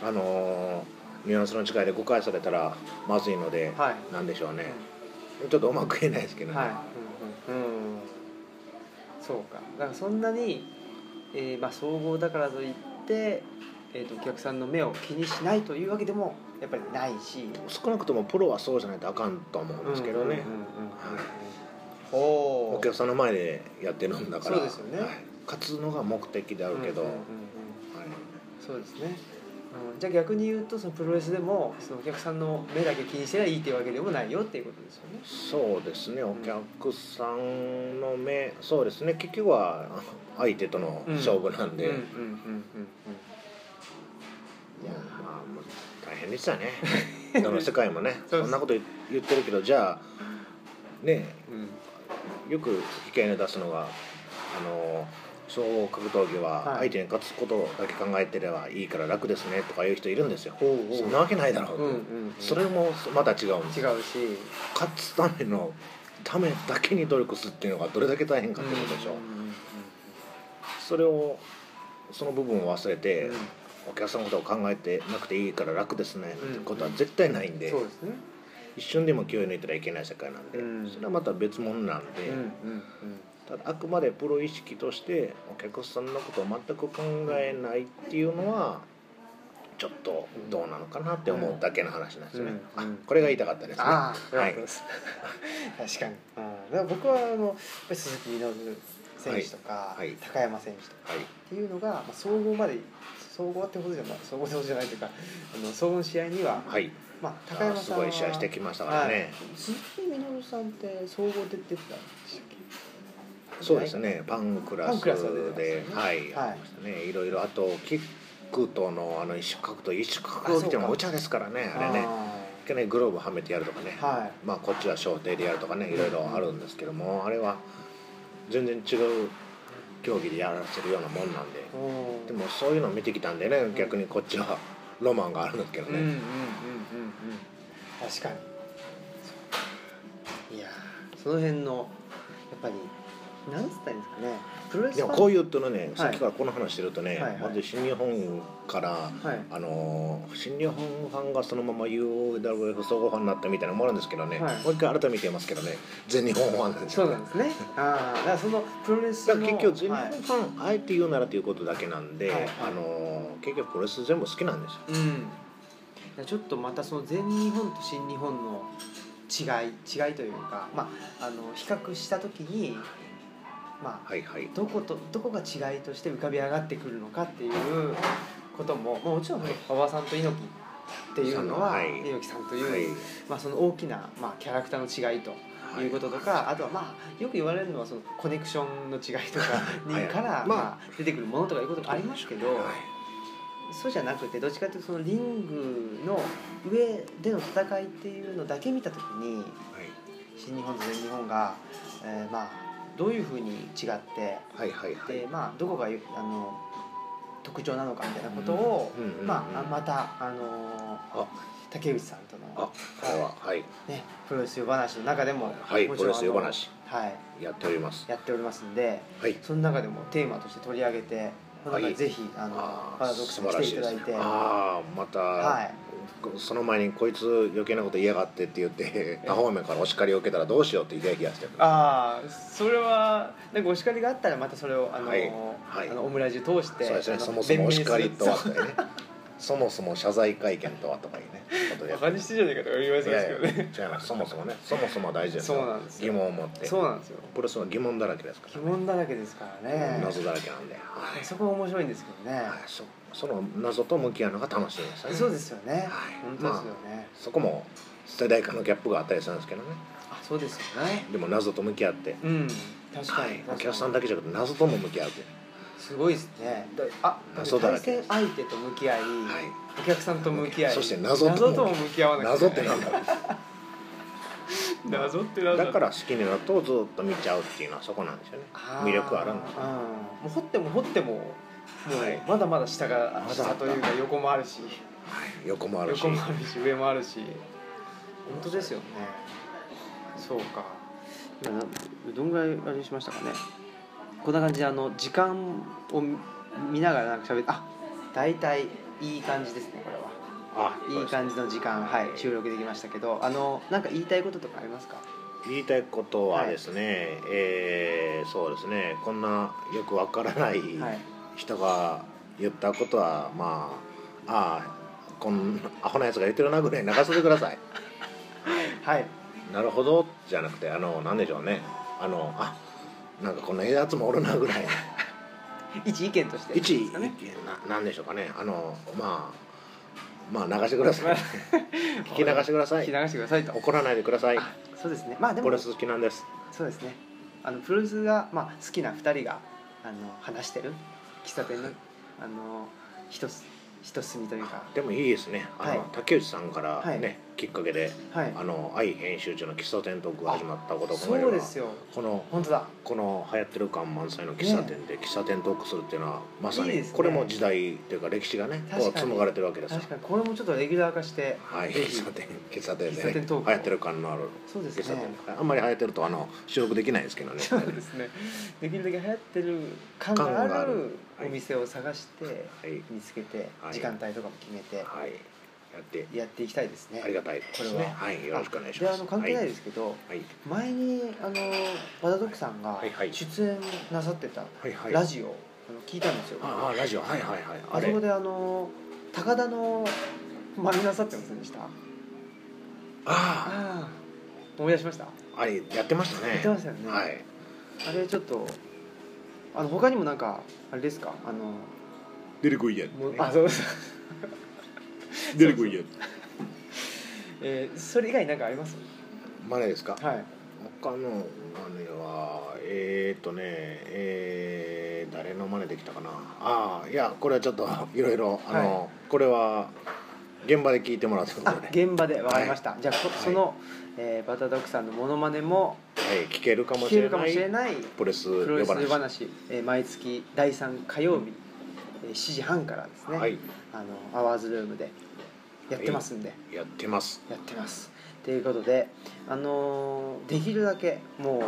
Speaker 2: あのーニュアンスの違いで誤解されたらまずいので、
Speaker 1: はい
Speaker 2: なんでしょうねちょっとうまく言えないですけどね、
Speaker 1: はい、うんうんうん、そうかだからそんなに、えーまあ、総合だからといって、えー、とお客さんの目を気にしないというわけでもやっぱりないし
Speaker 2: 少なくともプロはそうじゃないとあかんと思うんですけどね、
Speaker 1: うんうんうんうん
Speaker 2: はい
Speaker 1: おー
Speaker 2: お客さんの前でやってるんだから
Speaker 1: そうですよね
Speaker 2: はい勝つのが目的であるけど、
Speaker 1: うんう
Speaker 2: は
Speaker 1: んうんうん
Speaker 2: い
Speaker 1: そうですね、うん、じゃあ逆に言うとそのプロレスでもそのお客さんの目だけ気にしてりゃいいっていうわけでもないよっていうことですよね
Speaker 2: そうですねお客さんの目、そうですね結局は相手との勝負なんで、
Speaker 1: うんうんうんうんうん
Speaker 2: いやまあもう大変でし たねどの世界もね
Speaker 1: そうです
Speaker 2: そんなこと言言ってるけどじゃあね
Speaker 1: うん
Speaker 2: よく引き合いに出すのがあの総合格闘技は
Speaker 1: はい
Speaker 2: 相手に勝つことだけ考えてればいいから楽ですねとかいう人いるんですよ、
Speaker 1: ほうほう
Speaker 2: そんなわけないだろう、
Speaker 1: うんうんうん
Speaker 2: それもまた違うんです
Speaker 1: 違うし
Speaker 2: 勝つためのためだけに努力するっていうのがどれだけ大変かってことでしょ、
Speaker 1: うんうんうん
Speaker 2: それをその部分を忘れて、
Speaker 1: うん
Speaker 2: お客さんのことを考えてなくていいから楽ですね
Speaker 1: うん
Speaker 2: ってことは絶対ないんで、
Speaker 1: そうですね
Speaker 2: 一瞬でも気を抜いたらいけない世界なんで、
Speaker 1: うん
Speaker 2: それはまた別物なんで、
Speaker 1: うんうん
Speaker 2: ただあくまでプロ意識としてお客さんのことを全く考えないっていうのはちょっとどうなのかなって思うだけの話なんですね、
Speaker 1: うんうん
Speaker 2: あこれが言いたかったですね
Speaker 1: ああ、
Speaker 2: は
Speaker 1: よか
Speaker 2: い
Speaker 1: ったです 確かにうんだから僕はあのやっぱり鈴木みのる選手とか、
Speaker 2: はいはい
Speaker 1: 高山選手とか
Speaker 2: はい
Speaker 1: っていうのが、まあ、総合まで総合ってほどじゃない総合ってほどじゃないというかあの総合の試合には、
Speaker 2: はい
Speaker 1: まあ、高山
Speaker 2: す
Speaker 1: さん
Speaker 2: ご
Speaker 1: はい
Speaker 2: 試合してきましたからね、
Speaker 1: はい鈴木みのるさんって総合で出てたんでしたっけ
Speaker 2: そうですね、パンクラ
Speaker 1: パン
Speaker 2: ス
Speaker 1: クラスは出てま
Speaker 2: で、
Speaker 1: したね
Speaker 2: はい、
Speaker 1: はい
Speaker 2: やってましたね、いろいろ、あと、キックとの、あの、一種格闘、一種格闘技っていう
Speaker 1: あそ
Speaker 2: のは
Speaker 1: う
Speaker 2: 無
Speaker 1: か
Speaker 2: 茶ですからね、
Speaker 1: あ
Speaker 2: あれね。
Speaker 1: ー
Speaker 2: けね、グローブはめてやるとかね、
Speaker 1: はい
Speaker 2: まあ、こっちは小手でやるとかね、いろいろあるんですけども、あれは。全然違う競技でやらせるようなもんなんで、
Speaker 1: おー
Speaker 2: でも、そういうのを見てきたんでね、逆にこっちは。ロマンがあるんですけど
Speaker 1: うんうんうんうん
Speaker 2: ね、
Speaker 1: うん確かにいやーその辺のやっぱりなんつったらいいんですかねプロレス
Speaker 2: でも、
Speaker 1: ファン
Speaker 2: こういうとのね、
Speaker 1: い
Speaker 2: さっきからこの話してるとね、
Speaker 1: はいはい
Speaker 2: まず新日本から。
Speaker 1: はい
Speaker 2: あのー新日本ファンがそのまま UWF 総合ファンになったみたいなのもあるんですけどね、
Speaker 1: はい
Speaker 2: もう一回改めて言いますけどね全日本ファンなんです
Speaker 1: そ
Speaker 2: よ
Speaker 1: う
Speaker 2: ね
Speaker 1: なんですねああだからそのプロレス
Speaker 2: だ
Speaker 1: の
Speaker 2: から結局全
Speaker 1: はい
Speaker 2: 日本ファン、あえて言うならということだけなんで、
Speaker 1: はいはい
Speaker 2: あのー結局プロレス全部好きなんですよ
Speaker 1: うんいやちょっとまたその全日本と新日本の違い違いというか、まあ、あの比較した時に、ままあ
Speaker 2: はいはい
Speaker 1: どことどこが違いとして浮かび上がってくるのかっていうことも、まあ、もちろん
Speaker 2: はい
Speaker 1: 馬場さんと猪木っていうのは、
Speaker 2: はい
Speaker 1: 猪木さんという、
Speaker 2: はい
Speaker 1: まあ、その大きな、まあ、キャラクターの違いと。
Speaker 2: はい
Speaker 1: いうこととか、あとはまあよく言われるのはそのコネクションの違いとか
Speaker 2: はい
Speaker 1: にから、
Speaker 2: まあ
Speaker 1: まあ、出てくるものとかいうこともありますけど、
Speaker 2: はい
Speaker 1: そうじゃなくてどっちかというとそのリングの上での戦いっていうのだけ見た時に新日本と全日本が、えーまあ、どういうふうに違って
Speaker 2: はいはいはいはい
Speaker 1: で、まあ、どこがよあの特徴なのかみたいなことを、
Speaker 2: うんうんうん
Speaker 1: まあ、あまたあの
Speaker 2: あ
Speaker 1: 竹内さんと
Speaker 2: あ
Speaker 1: の、
Speaker 2: これははい
Speaker 1: ね、プロレス話の中でも、
Speaker 2: はい
Speaker 1: も
Speaker 2: プ
Speaker 1: ち
Speaker 2: ロ
Speaker 1: ろ
Speaker 2: レ
Speaker 1: ん
Speaker 2: ス呼ばなし
Speaker 1: あのはい、
Speaker 2: やっております
Speaker 1: やっておりますんで
Speaker 2: はい
Speaker 1: その中でもテーマとして取り上げてこの中
Speaker 2: は
Speaker 1: で
Speaker 2: い
Speaker 1: ぜひあの
Speaker 2: あ
Speaker 1: パ
Speaker 2: ー
Speaker 1: ラドックスに来ていただいて。
Speaker 2: ああまた、
Speaker 1: はい
Speaker 2: その前にこいつ余計なこと言いやがってって言って他方面からお叱りを受けたらどうしようってイヤヒヤしてる
Speaker 1: ああそれはなんかお叱りがあったらまたそれをあの、
Speaker 2: はいはい
Speaker 1: あのオムラジを通して
Speaker 2: そうですね
Speaker 1: あの
Speaker 2: そもそもお叱りとは
Speaker 1: 弁明す
Speaker 2: とかね そもそも謝罪会見とはとかいうねこと
Speaker 1: る
Speaker 2: で
Speaker 1: バ カにしてんじゃないかとか言われ
Speaker 2: い
Speaker 1: そうで
Speaker 2: や
Speaker 1: す
Speaker 2: い
Speaker 1: けど
Speaker 2: や
Speaker 1: ね
Speaker 2: 違いますそもそもねそもそもは大事ですよ
Speaker 1: そうなんですよ
Speaker 2: 疑問を持って
Speaker 1: そうなんですよ
Speaker 2: プロレスは疑問だらけですか
Speaker 1: 疑問だらけですから
Speaker 2: ら、
Speaker 1: ね
Speaker 2: 謎だらけなんで、はい
Speaker 1: そこが面白いんですけどね、
Speaker 2: はい、そその謎と向き合うのが楽しいですよね
Speaker 1: そうですよね、
Speaker 2: はい
Speaker 1: 本当ですよね、
Speaker 2: そこも世代間のギャップがあったりするんですけどね
Speaker 1: あ、そうですよね
Speaker 2: でも謎と向き合って、
Speaker 1: うん確か
Speaker 2: は
Speaker 1: に、
Speaker 2: い
Speaker 1: 確か、に
Speaker 2: お客さんだけじゃなくて謎とも向き合うという
Speaker 1: すごいですねだあ
Speaker 2: 謎だら
Speaker 1: 対
Speaker 2: け
Speaker 1: 戦相手と向き合い、
Speaker 2: はい
Speaker 1: お客さんと向き合い
Speaker 2: そして謎とも
Speaker 1: も向き合わなきゃいけ
Speaker 2: 謎
Speaker 1: な
Speaker 2: ってなんだろう
Speaker 1: い謎ってなんだ
Speaker 2: だから好きになるとずっと見ちゃうっていうのはそこなんですよね
Speaker 1: あー
Speaker 2: 魅力ある
Speaker 1: う
Speaker 2: んで
Speaker 1: ん
Speaker 2: す
Speaker 1: もう掘っても掘ってもも
Speaker 2: はいう
Speaker 1: まだまだ下が
Speaker 2: まだ
Speaker 1: 下というか横もあるし
Speaker 2: はい横もあるし
Speaker 1: 横もあるし上もあるし本当ですよねそうか今などんぐらいあれにしましたかねこんな感じであの時間を見ながらなんか喋ってあ大体いい感じですねこれは
Speaker 2: あ
Speaker 1: いい感じの時間はい収録できましたけどあのなんか言いたいこととかありますか
Speaker 2: 言いたいことはですね、えーそうですねこんなよくわからない
Speaker 1: はい
Speaker 2: 人が言ったことはまあああこんアホなやつが言ってるなぐらい流させてください
Speaker 1: はい
Speaker 2: なるほどじゃなくてあのなんでしょうねあのあなんかこんなやつもおるなぐらい
Speaker 1: 一意見として
Speaker 2: 一
Speaker 1: ですかね
Speaker 2: ななんでしょうかねあのまあまあ流してください 聞き流してくださ
Speaker 1: 聞き
Speaker 2: い
Speaker 1: 流してくださいと
Speaker 2: 怒らないでください
Speaker 1: あそうですねまあで
Speaker 2: こ
Speaker 1: も
Speaker 2: れ好きなんです
Speaker 1: そうですねあのプロレスが、まあ、好きな2人があの話してる喫茶店のあの一つ一隅というか
Speaker 2: でもいいですねあの、
Speaker 1: はい
Speaker 2: 竹内さんから
Speaker 1: は
Speaker 2: ね、
Speaker 1: い
Speaker 2: きっかけで
Speaker 1: はい
Speaker 2: あの愛編集長の喫茶店トークが始まったことを考えれば
Speaker 1: そうですよ
Speaker 2: この
Speaker 1: 本当だ
Speaker 2: この流行ってる感満載の喫茶店で喫茶店トークするっていうのはまさ
Speaker 1: いい
Speaker 2: に
Speaker 1: ですね
Speaker 2: これも時代というか歴史がねこ
Speaker 1: 確
Speaker 2: う
Speaker 1: かに
Speaker 2: 紡がれてるわけですよ
Speaker 1: 確かにこれもちょっとレギュラー化して
Speaker 2: はい
Speaker 1: ぜひ
Speaker 2: 喫茶店喫茶店
Speaker 1: 喫
Speaker 2: で、
Speaker 1: 茶
Speaker 2: ね、
Speaker 1: 店トークを
Speaker 2: 流行ってる感のある
Speaker 1: そうです
Speaker 2: 喫茶
Speaker 1: ね
Speaker 2: 店あんまり流行ってるとあの収録できないですけどね
Speaker 1: そうですねできるだけ流行ってる感が
Speaker 2: 感が
Speaker 1: あ
Speaker 2: あ
Speaker 1: る
Speaker 2: る
Speaker 1: お店を探して
Speaker 2: はい
Speaker 1: 見つけて
Speaker 2: はい
Speaker 1: 時間帯とかも決めて
Speaker 2: はいやって
Speaker 1: やっていきたいですね
Speaker 2: ありがたいです
Speaker 1: これ
Speaker 2: ね
Speaker 1: は
Speaker 2: はいよろしくお願いし
Speaker 1: で
Speaker 2: ま
Speaker 1: あ
Speaker 2: す
Speaker 1: の関係ない
Speaker 2: はい
Speaker 1: ですけど、
Speaker 2: はい
Speaker 1: 前にあの和田ドックさんが
Speaker 2: はいはい
Speaker 1: 出演なさってた
Speaker 2: はいはい
Speaker 1: ラジオ、あの聞いたんですよ
Speaker 2: ああラジオはいはいはい
Speaker 1: あ
Speaker 2: あ
Speaker 1: そ
Speaker 2: れ
Speaker 1: こであの高田の真似なさってませんでしたあ
Speaker 2: あ
Speaker 1: あ思い出しました
Speaker 2: ああれやってましたね
Speaker 1: やってましたよね
Speaker 2: はい
Speaker 1: あれちょっとあの他にもなんかあれですかあの
Speaker 2: 出てこいや
Speaker 1: もうあそう です、出てこいやえー、それ以外なんかあります
Speaker 2: マネですか
Speaker 1: はい
Speaker 2: 他のマネはえー、っとねえー、誰のマネできたかなああいやこれはちょっといろいろあの、これは現場で聞いてもらったこと
Speaker 1: あ
Speaker 2: で、
Speaker 1: 現場でわかりました、じゃあこ
Speaker 2: はい
Speaker 1: その、えーバタードッグさんのモノマネも
Speaker 2: はい、聞けるかも
Speaker 1: 聞
Speaker 2: し
Speaker 1: け
Speaker 2: れ
Speaker 1: るかも
Speaker 2: ない
Speaker 1: しれない
Speaker 2: プロレス
Speaker 1: プロレス
Speaker 2: 呼ばなし
Speaker 1: 話、えー毎月第3火曜日、えー7時半からですね、
Speaker 2: はい
Speaker 1: あのアワーズルームでやってますんで、
Speaker 2: やってます
Speaker 1: やってますということで、あのーできるだけもう、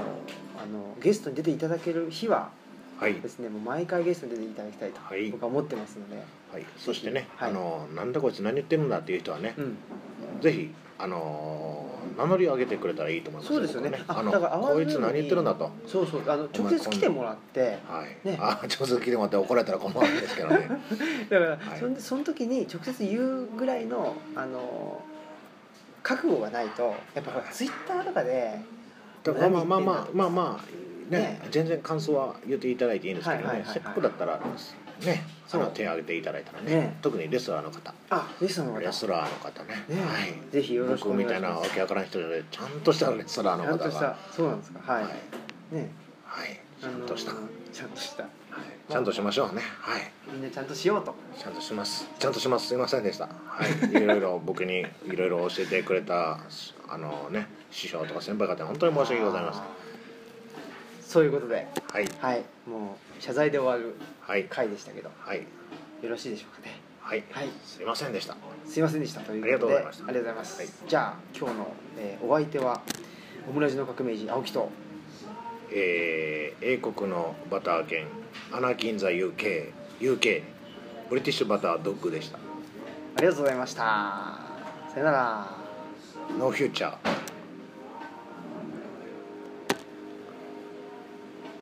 Speaker 1: あのゲストに出ていただける日は
Speaker 2: はい
Speaker 1: ですねもう毎回ゲストに出ていただきたいと
Speaker 2: はい
Speaker 1: 僕は思ってますので、
Speaker 2: はい、そしてね、
Speaker 1: はい
Speaker 2: あのなんだこいつ何言ってるんだっていう人はね、
Speaker 1: うん、
Speaker 2: ぜひあの名乗り上げてくれたらいいと思います
Speaker 1: そうですよね
Speaker 2: 僕
Speaker 1: あ
Speaker 2: あの
Speaker 1: だから泡
Speaker 2: こいつ何言ってるんだとは
Speaker 1: そうそうあの
Speaker 2: お
Speaker 1: 直
Speaker 2: 前
Speaker 1: 接来てもらって
Speaker 2: い、
Speaker 1: ね
Speaker 2: あちょっと聞いてもらって怒られたら困るんですけどね
Speaker 1: だから
Speaker 2: はい
Speaker 1: そんその時に直接言うぐらいの、あのー覚悟がないとやっぱほらツイッターとかで
Speaker 2: だからまあまあまあまあまあね
Speaker 1: ね、
Speaker 2: 全然感想は言っていただいていいんですけどね、
Speaker 1: はいはいはいはい
Speaker 2: せっかくだったらねあ
Speaker 1: そう
Speaker 2: の手を挙げていただいたらね
Speaker 1: ね
Speaker 2: 特にレスラーの方
Speaker 1: あレスラーの方
Speaker 2: レスラーの方ね
Speaker 1: ね
Speaker 2: はい、
Speaker 1: ぜひよろしくお
Speaker 2: 僕
Speaker 1: 願いし
Speaker 2: み
Speaker 1: た
Speaker 2: いな
Speaker 1: ま
Speaker 2: わ
Speaker 1: す
Speaker 2: けわからん人じゃないちゃんとしたレスラーの
Speaker 1: ちゃ
Speaker 2: 方
Speaker 1: んと
Speaker 2: が
Speaker 1: したそうなんですかはい、
Speaker 2: はい
Speaker 1: ね
Speaker 2: はいち
Speaker 1: あ
Speaker 2: ゃ
Speaker 1: のー
Speaker 2: んとした、
Speaker 1: ちゃんとした
Speaker 2: ちゃんとしましょうねはい
Speaker 1: みんなちゃんとしようと
Speaker 2: ちゃんとしますちゃんとしますすいませんでしたはいいろいろ僕にいろいろ教えてくれたあのね師匠とか先輩方本当に申し訳ございません
Speaker 1: あーそういうことで
Speaker 2: はい
Speaker 1: はいもう謝罪で終わる
Speaker 2: はい
Speaker 1: 回でしたけど
Speaker 2: はい
Speaker 1: よろしいでしょうかね
Speaker 2: はい、
Speaker 1: はい
Speaker 2: すいませんでした
Speaker 1: すいませんでしたということで
Speaker 2: ありがとうございました
Speaker 1: ありがとうございます、
Speaker 2: はい
Speaker 1: じゃあ今日の、えーお相手はオムラジの革命児青木と
Speaker 2: えー英国のバター犬アナキンザ UKUK ブリティッシュバタードッグでした
Speaker 1: ありがとうございましたさよなら
Speaker 2: No future